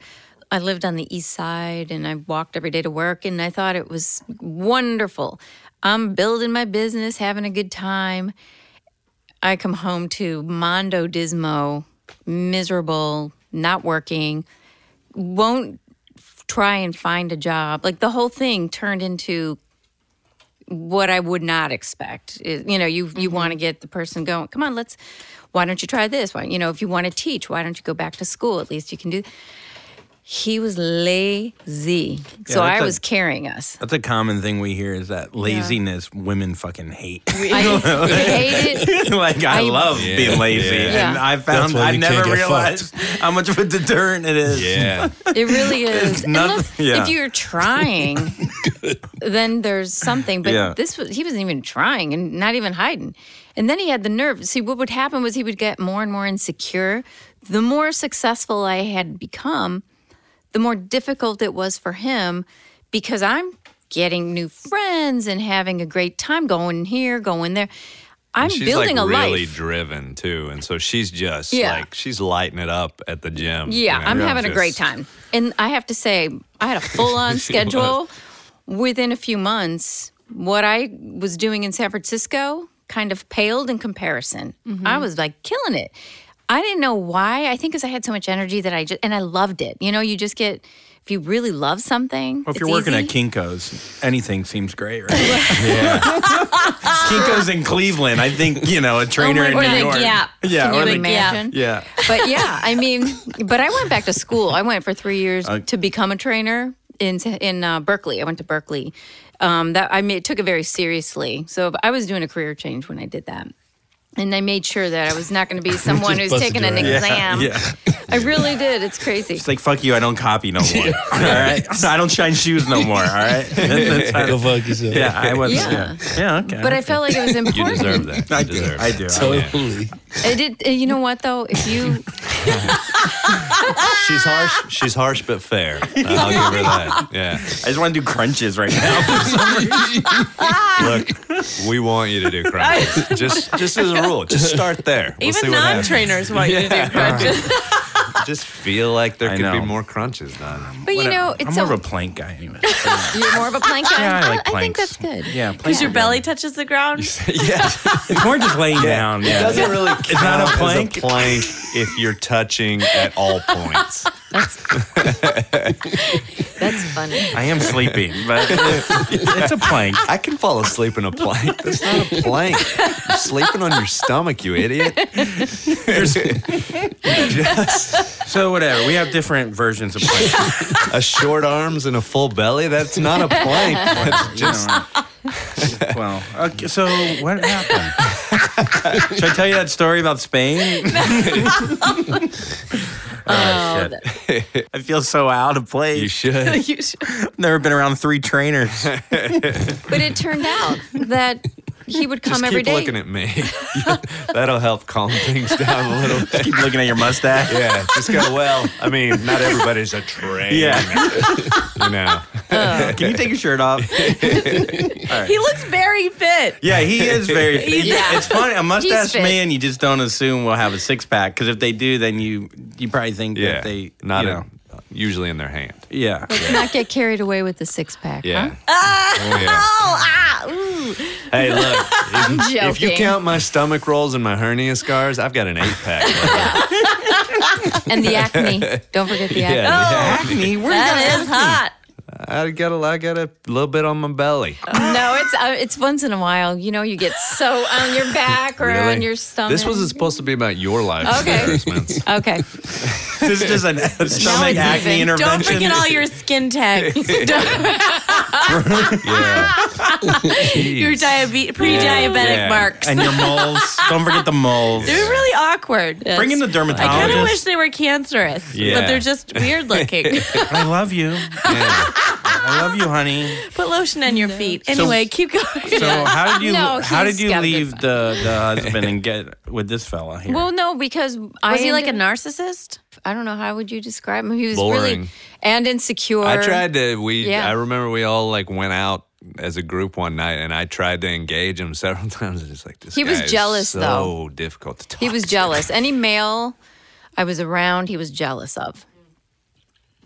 E: I lived on the east side and I walked every day to work and I thought it was wonderful. I'm building my business, having a good time. I come home to Mondo Dismo, miserable, not working, won't try and find a job. Like the whole thing turned into what I would not expect. Is, you know, you
A: Mm-hmm.
E: you want to get the person going. Come on, let's. Why don't you try this? Why you know if you want to teach, why don't you go back to school? At least you can do. He was lazy, so
A: that's
E: I
A: a-
E: was
A: *laughs*
E: carrying us.
A: That's a common thing we hear is that laziness women fucking hate.
E: I
A: *laughs*
E: hated.
A: like I,
E: I-
A: love being lazy,
F: Yeah.
A: and I found
D: That's why
A: I
D: we can't
A: never
D: get
A: realized how much of a deterrent it is.
F: Yeah.
E: It really is. And
A: nothing-
E: look,
A: yeah.
E: If you're trying, then there's something. But
A: Yeah.
E: this was he wasn't even trying and not even hiding. And then he had the nerve. See, what would happen was he would get more and more insecure. The more successful I had become, the more difficult it was for him because I'm getting new friends and having a great time going here, going there. *laughs* I'm
F: She's
E: building
F: like
E: a
F: really
E: life.
F: driven too, and so she's just
E: Yeah.
F: like she's lighting it up at the gym.
E: Yeah,
F: you know,
E: I'm having a
F: just-
E: great time. And I have to say, I had a full *laughs* on schedule. Within a few months, what I was doing in San Francisco kind of paled in comparison. I was like killing it. I didn't know why. I think because I had so much energy that I just, and I loved it. You know, you just get, if you really love something,
A: Well, if
E: it's
A: you're working
E: easy.
A: at Kinko's, anything seems great, right?
E: *laughs*
A: yeah. Kinko's in Cleveland. I think you know a trainer
E: Oh my
A: in
E: God.
A: New
E: Or the
A: York.
B: Gap.
A: Yeah.
E: Can
A: or
E: you
A: the-
E: imagine?
A: yeah.
E: But yeah, I mean, but I went back to school. I went for three years
A: Uh,
E: to become a trainer in in uh, Berkeley. I went to Berkeley. Um, that I made, took it very seriously. So I was doing a career change when I did that, and I made sure that I was
A: *laughs*
E: not going to be someone who's
D: busted
E: taking an
D: your ass.
E: exam.
A: Yeah.
E: I really did. It's crazy.
A: It's like fuck you. I don't copy no
E: *laughs*
A: more. all right. I don't shine shoes no more. All right. That's how-
D: Go fuck yourself.
A: yeah. I was.
E: Yeah.
A: Yeah. Yeah. Okay.
E: But I felt like it
A: *laughs*
E: was
F: You
E: important.
F: deserve that. You
A: I do.
F: deserve
A: I
F: that.
A: do.
E: *laughs*
D: *laughs* Totally.
E: I did. You know what though? If you
F: She's harsh. She's harsh
E: *laughs*
F: but fair. I'll give her that. Yeah.
A: I just want to do crunches right now.
F: Look, we want you to do
E: *laughs*
F: crunches. just, just as a rule, just start there. We'll see
B: Even
F: what
B: non
F: happens.
B: trainers want you to do *laughs* crunches.
F: Just feel like there
A: I
F: could be
A: know.
F: more crunches done.
E: But you know,
A: I'm
E: it's
A: more of
E: a,
A: a plank guy
E: *laughs*
A: anyway.
E: you're more of a plank guy.
A: *laughs* Yeah, I like
E: I think
A: planks.
E: that's good.
A: Yeah,
B: Because your belly touches the ground.
F: yeah.
A: It's more just
E: *laughs*
A: laying down. Yeah.
F: Doesn't really count it's
A: not a plank.
F: As a plank if you're touching at all points.
E: That's funny.
A: I am sleepy,
E: *laughs*
A: but it's a plank.
F: I can fall asleep in a plank. That's not a plank. You're sleeping on your stomach, you idiot. Just
A: So whatever. We have different versions of planks.
F: a short arms and a full belly. That's not a plank. That's just
A: well, okay, so what happened? *laughs* Should I tell you that story about Spain? *laughs* oh, shit. I feel so out of place.
F: you should.
B: You should-
A: Never been around three trainers.
E: But it turned out that he would come
F: Just
E: every
F: keep
E: day.
F: looking at me. *laughs* That'll help calm things down a little bit.
A: Keep looking at your mustache.
F: Yeah, just go. Well, I mean, not everybody's a train.
A: Yeah.
F: you know.
A: Can you take your shirt off?
B: *laughs* he looks very fit.
A: Yeah, he is very.
B: Yeah.
A: It's funny. A mustache
E: fit.
A: man, you just don't assume will have a six pack because if they do, then you you probably think
F: Yeah,
A: that they
F: not
A: you
F: in-
A: know,
F: usually in their hand.
A: yeah.
E: Let's not get carried away with the six pack.
F: Yeah.
E: Huh?
F: Oh,
E: *laughs*
F: yeah.
B: Oh, ah, ooh.
F: Hey, look. If,
E: *laughs* I'm
F: if you
E: joking.
F: count my stomach rolls and my hernia scars, I've got an eight
E: *laughs*
F: pack.
E: And the acne. Don't forget the
B: Oh,
E: acne.
F: *laughs* yeah.
A: Acne, where
B: That is hot.
F: I got a, I got a little bit on my belly.
E: No, it's uh, it's once in a while. You know, you get so on your back or
F: Really?
E: on your stomach.
F: This was supposed to be about your life
E: Okay. *laughs*
F: embarrassments.
E: okay.
A: this is just a stomach
E: it's
A: acne
E: even.
A: intervention.
B: Don't forget all your skin
F: *laughs*
B: tags.
E: Ah,
F: Yeah.
B: your
F: Jeez.
B: diabe- pre-diabetic
F: Yeah.
A: *laughs*
B: marks.
A: and your moles. Don't forget the moles.
B: They're really awkward.
A: Bring in the
B: I kind of
A: dermatologist.
B: wish they were cancerous, but
F: Yeah.
B: they're just
F: *laughs*
B: weird looking.
A: I love you. I love you, honey.
B: Put lotion on your feet. Anyway, keep going.
A: So how did you
E: No,
A: how
E: he's
A: did you
E: got a good
A: leave
E: vibe.
A: the, the husband and get with this fella here?
E: Well, no, because was I
B: Was he like a
E: ended-
B: narcissist?
E: I don't know how would you describe him. He was really
F: Boring.
E: and insecure.
F: I tried to. We.
E: Yeah.
F: I remember we all like went out as a group one night, and I tried to engage him *laughs* several times. And it's like this.
E: He was
F: guy is
E: jealous,
F: so
E: though.
F: difficult to talk.
E: He was jealous. Any male I was around, he was jealous of.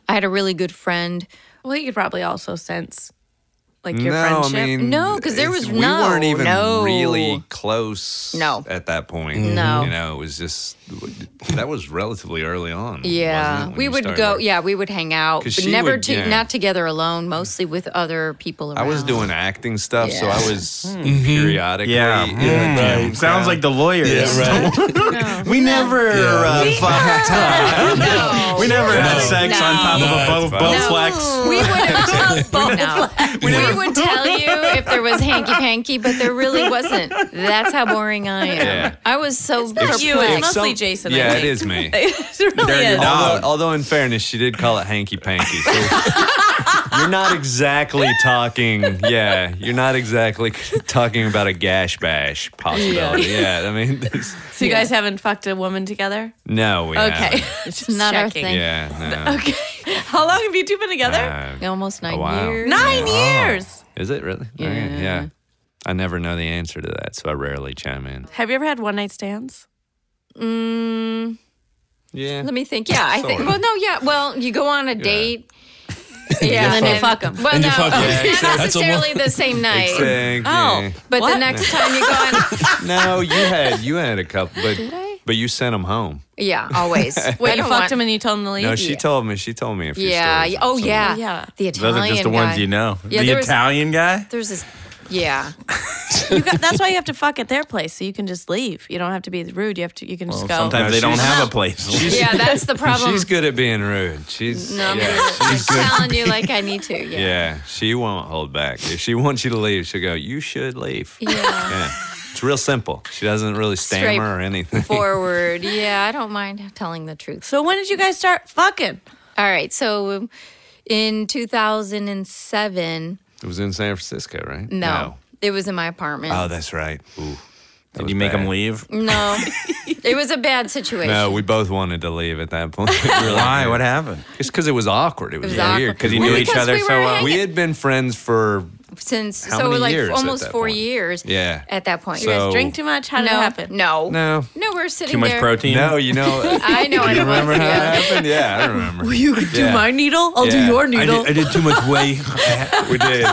E: I had a really good friend.
B: Well, you could probably also sense like
F: To.
B: your
F: No,
B: friendship. *laughs*
F: I mean,
E: No, 'cause there
F: it's-
E: was
F: we
E: no-
F: weren't even
E: no.
F: really close.
E: No.
F: at that point.
E: No.
F: you know, it was just that was relatively early on.
E: Yeah,
F: wasn't it, when
E: we
F: you
E: would
F: started
E: go.
F: working?
E: Yeah, we would hang out,
F: 'Cause
E: but
F: she
E: never
F: would-
E: to,
F: yeah.
E: not together alone. Mostly with other people around.
F: I was doing acting stuff, so
E: Yeah.
F: I was
E: Hmm.
F: periodically.
A: Mm-hmm. yeah,
F: in the
A: Mm.
F: gym
A: sounds
F: crowd.
A: like the lawyers.
D: Yeah, right.
A: *laughs* We never uh, fucked up.
E: *laughs* No.
A: *laughs* We never had sex
E: No.
A: on top
D: No,
A: of
F: it's
A: a bo-
F: fine.
A: Bowflex.
E: We would have
F: *laughs*
E: no. we, would tell you if there was hanky panky, but there really wasn't. That's how boring I am.
F: Yeah.
E: I was so
B: not you, it's
E: perplexed.
B: not- Mostly Jason, I
F: Yeah,
B: think.
F: it is me.
B: *laughs* it really
A: Dirty
B: is.
A: dog.
F: Although, although, in fairness, she did call it hanky panky. So *laughs* you're not exactly talking. Yeah, you're not exactly *laughs* talking about a gash bash possibility. Yeah, I mean, *laughs* there's-
B: So you guys haven't fucked a woman together?
F: no, we
B: Okay.
F: haven't.
B: *laughs* It's
E: not our thing. *laughs*
F: Yeah, no.
B: Okay. How long have you two been together?
F: Uh,
E: Almost nine
F: wow.
E: years.
B: Nine years.
F: is it really? Okay,
E: Yeah.
F: yeah. I never know the answer to that, so I rarely chime in.
B: Have you ever had one night stands?
E: Mm,
F: Yeah.
E: let me think. Yeah, I think.
F: Sorta.
E: Well, no, yeah. Well, you go on a date. Yeah,
B: And then you fuck 'em.
E: Well,
D: And
E: no,
D: you
E: *laughs*
D: fuck 'em.
E: it's
D: Yeah,
E: not
D: that's a one-
E: necessarily the same night.
F: Exactly.
E: But
B: What?
E: the next time you go on,
F: No, you had you had a couple, but
E: I?
F: but you sent them home.
E: yeah,
F: *laughs*
E: always.
B: Wait,
E: I
B: you
E: don't
B: fucked
E: want-
B: him and you told him to leave?
F: No, she told me. She told me a few
E: Yeah.
F: stories.
E: Oh,
F: So-
E: yeah.
B: Yeah.
E: The
A: Those
E: Italian
A: are just the ones
E: guy.
A: you know.
E: Yeah,
A: the
E: there was-
A: Italian guy.
E: There's this.
B: *laughs*
E: Yeah.
B: You
F: *laughs*
B: got, that's why you have to fuck at their place, so you can just leave. You don't have to be rude. You have to. You can just
A: Well,
B: go.
E: Oh.
A: sometimes
F: No,
A: they don't
F: she's-
A: have a place.
E: Yeah, that's the problem.
F: She's good at being rude. She's
E: No, I'm
F: yeah,
E: I'm
F: she's good.
E: telling you like I need to. Yeah.
F: Yeah, she won't hold back. If she wants you to leave, she'll go. You should leave.
E: Yeah.
F: Yeah, it's real simple. She doesn't really stammer or anything.
E: Forward. Yeah, I don't mind telling the truth.
B: so when did you guys start fucking?
E: All right. So um, in 2007,
F: It was in San Francisco, right?
E: no, it was in my apartment.
F: Oh, that's right. Ooh, that
A: Did
F: was
A: you make
F: bad.
A: him leave?
F: *laughs*
E: no, it was a bad situation.
F: No, we both wanted to leave at that point. *laughs* We were like-
A: Why? What hapappened?
F: It's because it was awkward. It was,
E: was awkward.
F: weird.
A: Because you
F: we
A: knew
F: were-
A: each other
E: we
A: so
E: were
A: well.
F: We had been friends for
E: since
F: How
E: so
F: many
E: like
F: years at
E: almost
F: that
E: four
F: point?
E: years.
F: Yeah.
E: At that point.
F: You guys So-
B: Drink too much? How did
E: no,
B: it happen?
E: No.
F: No.
E: No, we're sitting
A: Too much
E: there.
A: protein.
F: No, you know.
E: *laughs* I know. I
F: *laughs* you remember how
E: yeah.
F: that happened? Yeah,
E: *laughs*
F: I
B: *laughs*
F: remember.
B: You could do
F: Yeah.
B: my needle. I'll do
F: Yeah.
B: your
F: I
A: I
B: needle.
A: did, I did too much whey.
F: *laughs* We did.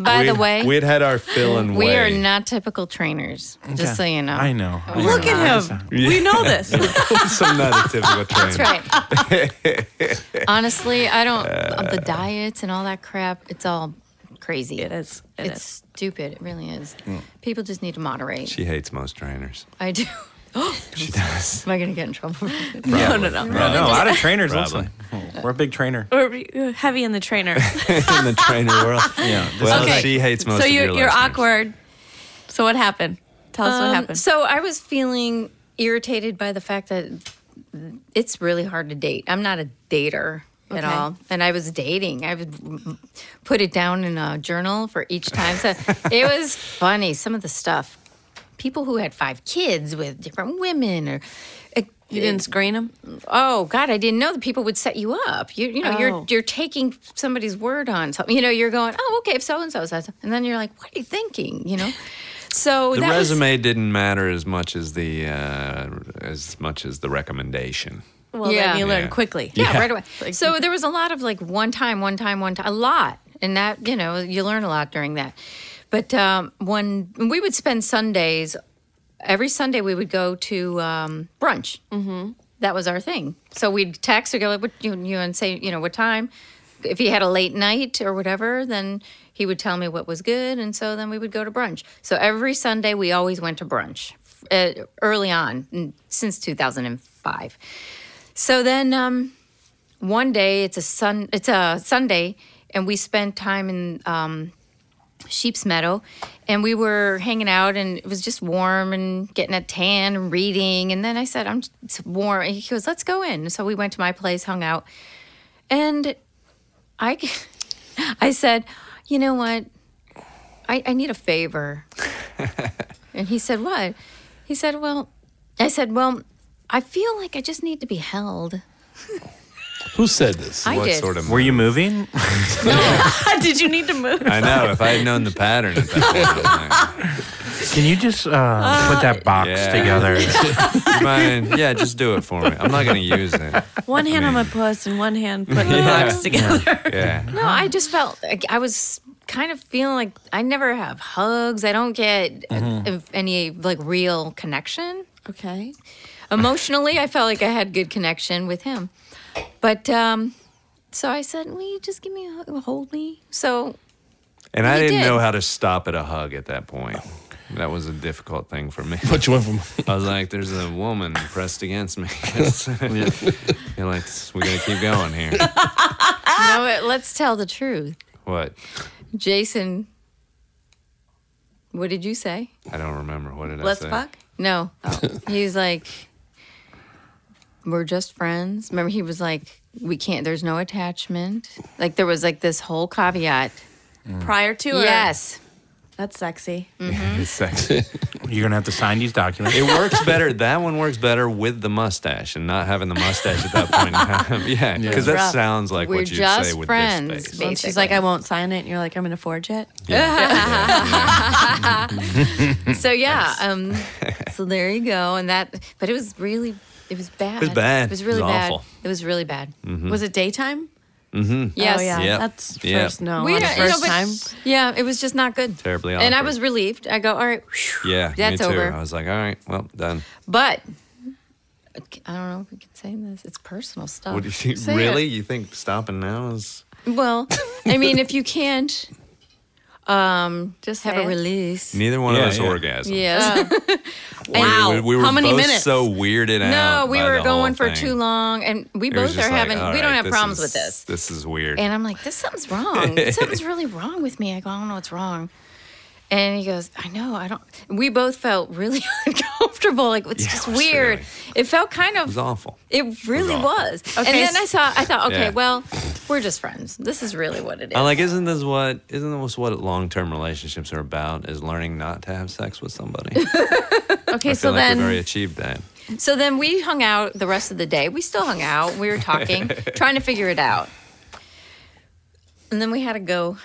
E: By the way,
F: we'd had our fill and
E: we
F: way.
E: are not typical trainers. Just so you know.
A: I know. I
B: Look
A: know.
B: at him. We know *laughs* this.
F: *laughs* so I'm not a typical trainer.
E: *laughs* That's right. Honestly, I don't. the diets and all that crap. It's all crazy.
B: it is. It
E: It's
B: is.
E: stupid. It really is. People just need to moderate.
F: She hates
E: *laughs*
F: most trainers.
E: I do.
F: She does. *laughs*
E: Am I gonna get in trouble? for this?
B: No, no, no.
A: Yeah, no, a lot of trainers
F: Probably.
A: listen. We're a big trainer.
B: We're heavy in the trainers.
F: in the trainer
E: *laughs*
F: world.
A: Yeah. this
F: *laughs* Well,
B: Okay.
F: she hates most
B: so
F: of
B: you're,
F: your
B: you're
F: listeners.
B: awkward. So what happened? Tell us
E: Um,
B: what happened.
E: So I was feeling irritated by the fact that it's really hard to date. I'm not a dater at
B: Okay.
E: all, and I was dating. I would put it down in a journal for each time. So
B: *laughs*
E: it was funny. Some of the stuff, people who had five kids with different women, or it-
B: you didn't screen him?
E: oh god, I didn't know that people would set you up. You you know
B: Oh.
E: you're you're taking somebody's word on something. You know you're going oh okay if so and so says, and then you're like what are you thinking? You know. So
F: The
E: that was-
F: resume didn't matter as much as the uh, as much as the recommendation.
B: Well,
E: Yeah.
B: then you learn
F: Yeah.
B: quickly.
E: Yeah,
B: *laughs*
E: right away. so there was a lot of like one time, one time, one time, a lot. And that, you know, you learn a lot during that. But um, when we would spend Sundays, every Sunday we would go to um, brunch. Mm-hmm. That was our thing. So we'd text or go, like, what, you, you and say, you know, what time? If he had a late night or whatever, then he would tell me what was good. And so then we would go to brunch. So every Sunday we always went to brunch uh, early on n- since 2005. So then, um, one day it's a sun, it's a Sunday, and we spent time in um, Sheep's Meadow, and we were hanging out, and it was just warm and getting a tan and reading. And then I said, "I'm it's warm." And he goes, "Let's go in." So we went to my place, hung out, and I, *laughs* I said, "You know what? I, I need a
F: *laughs*
E: favor." and he said, "What?" He said, "Well," I said, "Well." I feel like I just need to be held.
D: *laughs* Who said this?
E: I
F: what
E: did.
F: sort of?
A: Were you moving?
B: did you need to move?
F: I know. If I
A: *laughs*
F: had known the pattern at that point,
A: Can you just uh, put that box
F: yeah.
A: together?
F: *laughs*
A: *laughs*
F: I'm like, "Fine, yeah, just do it for me. I'm not going to use it.
B: One hand on my puss and one hand
F: *laughs*
B: putting the box together.
F: Yeah.
E: No, I just felt like I was kind of feeling like I never have hugs. I don't get uh, any like real connection.
B: Okay.
E: Emotionally, I felt like I had good connection with him. But um so I said, "Will you just give me a hug, hold me?" So
F: And I
E: You
F: didn't
E: did.
F: know how to stop at a hug at that point. That was a difficult thing for me.
D: But you went from
F: I was like, "There's a woman pressed against me." *laughs* You're like, "We got to keep going here."
E: you know what? Let's tell the truth.
F: What?
E: Jason, what did you say?
F: I don't remember. What did
B: Let's
F: I say?
B: fuck.
E: No.
F: Oh.
E: *laughs* He's like, we're just friends. Remember, he was like, we can't, there's no attachment. Like, there was like this whole caveat.
B: Prior to or-
E: Yes.
B: That's sexy.
F: It's sexy.
A: You're gonna have to sign these documents.
F: It works better. That one works better with the mustache and not having the mustache at that point in time. *laughs* yeah, because that
B: Rough.
F: sounds like
E: We're
F: what you
E: just
F: say with
E: friends,
F: this face.
E: babe.
B: And she's like, I won't sign it. And you're like, I'm going to forge it.
F: Mm.
E: So, yeah. Um, so there you go. And that, but it was really, it was bad. It
F: was bad.
E: It was
F: It was
E: really bad.
F: awful. Mm.
E: It was really bad.
B: Was it daytime?
E: Yes.
B: Oh, yeah.
F: Mm-hmm. Yep.
B: That's
F: Yep.
B: first no.
E: We
B: on the
E: don't- you know,
B: first
E: but-
B: time.
E: Yeah. It was just not good.
F: Terribly
E: And I
F: awkward.
E: was relieved. I go, all right. whew,
F: Yeah,
E: That's
F: me too.
E: over.
F: I was like, all right, well done.
E: But I don't know if we can say this. It's personal stuff.
F: What do you think?
E: Oh, Say it.
F: really? You think stopping now is?
E: Well, I mean, if you can't um,
B: Just
E: have
B: say
E: a
B: it. Uh.
E: release.
F: Neither one
A: Yeah,
F: of us
A: yeah.
E: *laughs*
F: orgasmed.
E: Yes.
F: We,
B: Wow.
F: we were
B: How many
F: both
B: minutes?
F: so weirded out.
E: no, we
F: by
E: were
F: the whole
E: going for
F: thing.
E: too long, and we
F: It was
E: both are
F: just like,
E: having.
F: all
E: we don't
F: right,
E: have
F: this
E: problems with this.
F: is- This is weird.
E: And I'm like, this something's wrong.
F: *laughs*
E: something's really wrong with me. I go, I don't know what's wrong. And he goes, I know, I don't. We both felt really *laughs* uncomfortable. Like it's
F: Yeah,
E: just
F: it was
E: weird.
F: really-
E: It felt kind of
F: it was awful.
E: It really
F: awful.
E: was. And
B: Okay,
E: then I saw, I thought, okay,
F: Yeah.
E: well, we're just friends. This is really what it is.
F: I'm like, isn't this what isn't this what long term relationships are about? Is learning not to have sex with
E: *laughs*
F: somebody. I
B: Okay, so
F: feel like we've
B: then
F: already achieved that.
E: so then we hung out the rest of the day. We still hung out. We were
F: *laughs*
E: talking, trying to figure it out. And then we had to go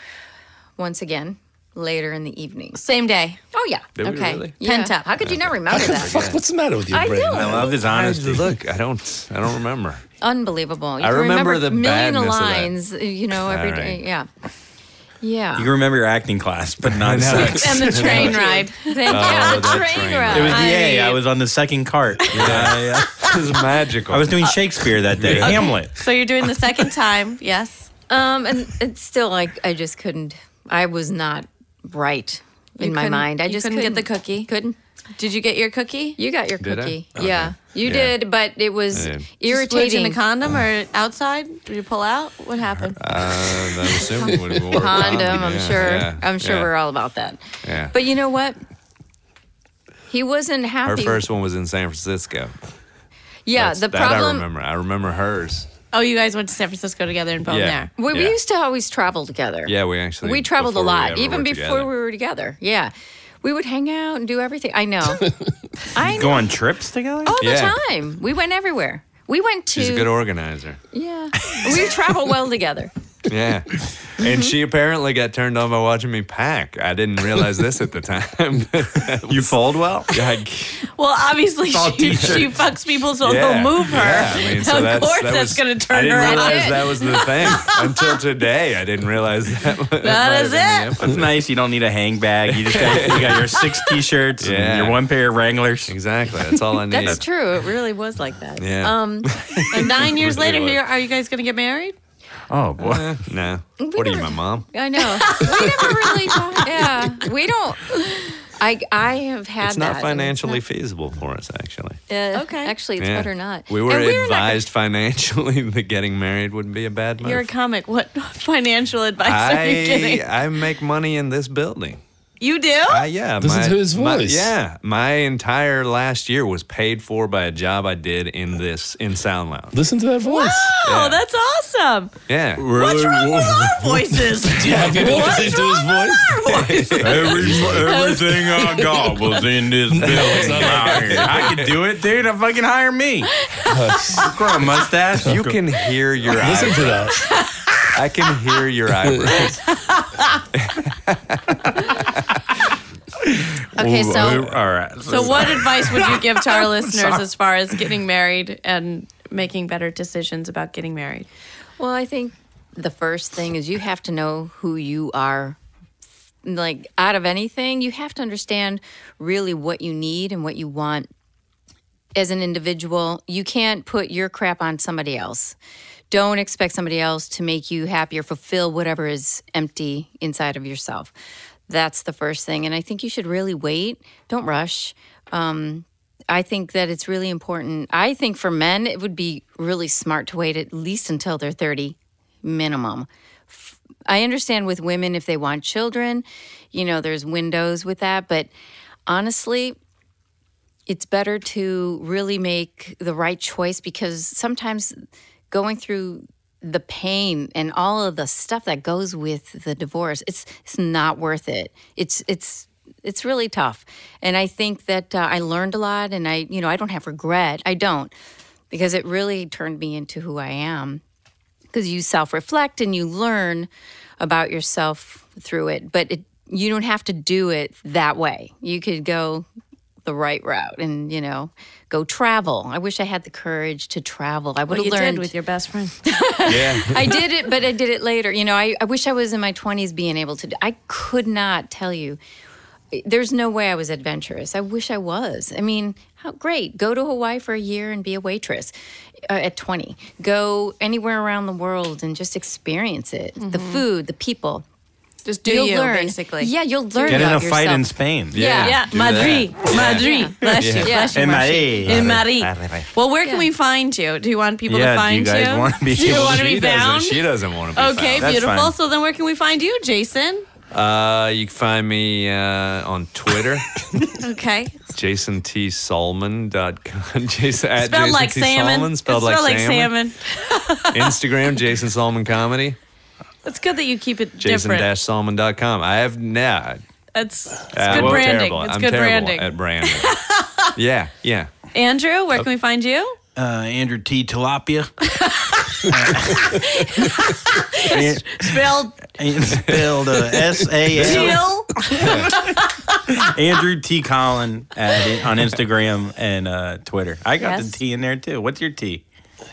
E: once again. later in the evening.
B: Same day.
E: Oh yeah.
F: Did we
E: okay.
F: really?
E: Pent up. How could you not remember that?
D: Fuck, what's the matter with you,
E: I
D: Brandon?
A: I love his
F: I,
A: honesty.
F: *laughs* look, I don't, I don't remember.
E: Unbelievable. You
F: I
E: can
F: remember the
E: million
F: badness of that.
E: lines. You know every
F: All
E: day.
F: right.
E: Yeah.
A: You
E: Yeah.
A: can remember your acting class, but not sex.
F: *laughs*
B: And the train ride.
E: Thank you.
F: that
E: train
F: Oh, train.
E: ride.
A: It was
B: I
A: yay. I
B: mean-
A: was on the second cart. Yeah, yeah.
F: This is *laughs* magical.
A: I was doing Shakespeare that day. Hamlet.
B: So you're doing the second time. Yes.
E: Um, and it's still like I just couldn't. I was not right in
B: You
E: my
B: couldn't-
E: mind. I
B: you
E: just
B: couldn't
E: couldn't,
B: get the cookie?
E: Couldn't.
B: Did you get your cookie?
E: You got your
F: Did I?
E: cookie.
F: Okay.
E: Yeah, you
F: Yeah.
E: did, but it was
F: I did.
B: Irritating.
E: irritating.
B: in a condom or outside? Did you pull out? What happened?
F: Uh, I'm
E: *laughs*
F: assuming we wore a
E: condom. I'm
F: yeah,
E: sure.
F: yeah,
E: I'm sure
F: yeah,
E: we're all about that.
F: Yeah.
E: But you know what? He wasn't
F: Her
E: happy.
F: first one was in San Francisco.
E: yeah,
F: That's-
E: the
F: that I
E: problem.
F: remember. I remember hers.
B: oh, you guys went to San Francisco together and boned
F: Yeah.
B: there.
E: We, we
F: Yeah.
E: used to always travel together.
F: Yeah, we actually
E: we traveled a
F: before we
E: lot,
F: ever
E: even
F: were
E: before
F: together.
E: we were together. Yeah, we would hang out and do everything. I
F: *laughs*
E: know. I
A: Go
E: know.
A: on trips together.
E: all
F: Yeah.
E: the time. We went everywhere. We went to
F: She's a good organizer.
E: yeah. we travel well
F: *laughs*
E: together.
F: Yeah. and she apparently got turned on by watching me pack. I didn't realize this at the time. *laughs*
A: You fold well.
F: Like,
B: Well, obviously
A: all
B: she,
A: t-shirts.
B: she fucks people so
F: yeah.
B: they'll move her.
F: Yeah, I mean, so
B: of
F: that's,
B: course,
F: that
B: that's
F: was-
B: going to turn
F: I didn't
B: her
F: realize
B: on.
F: that was the thing until today. I didn't realize that. was-
B: That
F: might
B: is it.
F: have been the
A: That's
F: impetus.
A: nice. You don't need a hang bag. You just got, you got your six t-shirts
F: Yeah.
A: and your one pair of Wranglers.
F: Exactly. That's all I need.
E: That's true. It really was like that.
F: Yeah.
E: Um,
F: *laughs*
B: And nine years
F: Really
B: later,
F: was.
B: here are you guys going to get married?
A: Oh boy.
F: Eh, no. What are you, my mom?
E: I know. We never really. Talk, yeah. We don't. I I have had
F: It's
E: that.
F: not financially feasible for us, actually.
E: Uh,
B: Okay.
E: Actually, it's
F: Yeah.
E: better not.
F: We were
E: And not gonna-
F: advised financially *laughs* that getting married wouldn't be a bad move.
B: You're a comic.
F: *laughs*
B: What financial advice *laughs* are you
F: I
B: giving?
F: I make money in this building.
B: You do?
F: I, yeah,
D: Listen
F: my-
D: to his
F: my-
D: voice.
F: yeah, my entire last year was paid for by a job I did in this in Sound Lounge.
D: Listen to that voice.
B: Oh,
F: Yeah.
B: that's awesome.
F: Yeah,
B: What's wrong with our *laughs* voices?
D: Yeah, people listen to his voice.
A: Every, everything I got was in this building. I could do it, dude. I fucking hire me. Grow a mustache.
F: you can hear your
D: Listen
F: eyebrows.
D: to that.
F: I can
A: *laughs*
F: hear your eyebrows.
E: Okay, so
A: all right.
B: So, what advice would you give to *laughs* our listeners as far as getting married and making better decisions about getting married?
E: well, I think the first thing is you have to know who you are. Like out of anything, you have to understand really what you need and what you want as an individual. You can't put your crap on somebody else. Don't expect somebody else to make you happy or fulfill whatever is empty inside of yourself. That's the first thing. And I think you should really wait. Don't rush. I think that it's really important. I think for men, it would be really smart to wait at least until they're 30 minimum. F- I understand with women, if they want children, you know, there's windows with that. But honestly, it's better to really make the right choice because sometimes going through the pain and all of the stuff that goes with the divorce it's it's not worth it it's it's it's really tough and i think that uh, i learned a lot and i you know i don't have regret i don't because it really turned me into who i am because you self reflect and you learn about yourself through it. But it, you don't have to do it that way. You could go the right route and, you know, go travel. I wish I had the courage to travel. I
B: What
E: would have
B: you
E: learned.
B: did with your best friend.
F: Yeah,
E: I did it, but I did it later. You know, I, I wish I was in my 20s being able to do I could not tell you. There's no way I was adventurous. I wish I was. I mean, how great. Go to Hawaii for a year and be a waitress uh, at 20. Go anywhere around the world and just experience it. The food, the people.
B: Just Mm-hmm. do
E: you'll
B: you,
E: learn.
B: basically.
E: Yeah, you'll learn
A: Get in a
E: about
A: fight in
E: yourself.
A: Spain.
E: Yeah.
B: Yeah,
F: do
B: Madrid,
F: that.
B: Madrid. Bless you, bless you,
A: In
B: Marcy.
A: Madrid.
B: In Madrid. Well, where can
E: Yeah.
B: we find you? Do you want people
A: Yeah,
B: to
A: do
B: find
A: you guys wanna be
B: Do you
A: able-
B: want to
F: She
B: be
F: doesn't-
B: found?
F: She doesn't want to be
B: Okay,
F: found.
A: That's
B: beautiful.
A: fine.
B: So then, where can we find you, Jason?
F: Uh, you can find me uh, on
A: *laughs*
F: Twitter,
B: Okay,
F: *laughs* jasontsolman.com. Jason, at
B: spelled
F: Jason
B: like
F: T.
B: salmon.
F: Solomon, spelled
B: It's
F: like, salmon.
B: salmon.
F: Instagram, Jason Solomon Comedy.
B: It's good that you keep it *laughs* different.
F: jason-solomon.com. I have nah.
B: That's
F: *sighs*
B: it's
F: uh,
B: good
F: well,
B: branding.
F: Terrible.
B: It's
F: I'm
B: good
F: terrible
B: branding.
F: at branding.
B: *laughs*
F: yeah, yeah.
B: Andrew,
F: Oh.
B: where can we find you?
A: Uh, Andrew T. Tilapia.
F: *laughs*
B: Spelled
A: And spelled uh, S A L.
B: Deal.
A: Andrew T. Collin at, on Instagram and uh, Twitter. I got
B: Yes.
A: the T in there too. What's your T?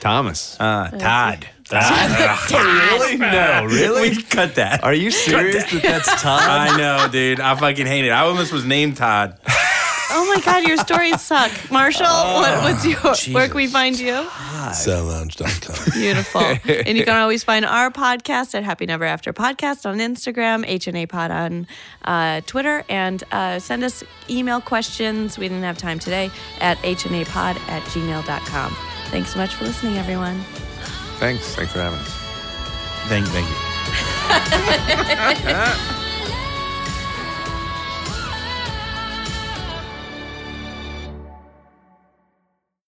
F: Thomas.
A: Uh, Todd. Todd.
F: really? No,
A: *laughs* We cut that.
F: Are you serious
A: *laughs*
F: that that's Tom?
A: I know, dude. I fucking hate it. I almost was named Todd.
B: Oh my God, your stories suck. Marshall,
F: Oh,
B: what, what's your where can we find you?
D: Soundlounge.com.
B: Beautiful. and
F: *laughs*
B: you can always find our podcast at Happy Never After Podcast on Instagram, HNA Pod on uh, Twitter, and uh, send us email questions. We didn't have time today at hnapod at gmail.com. Thanks so much for listening, everyone.
F: Thanks. Thanks for having us.
A: Thank, thank you.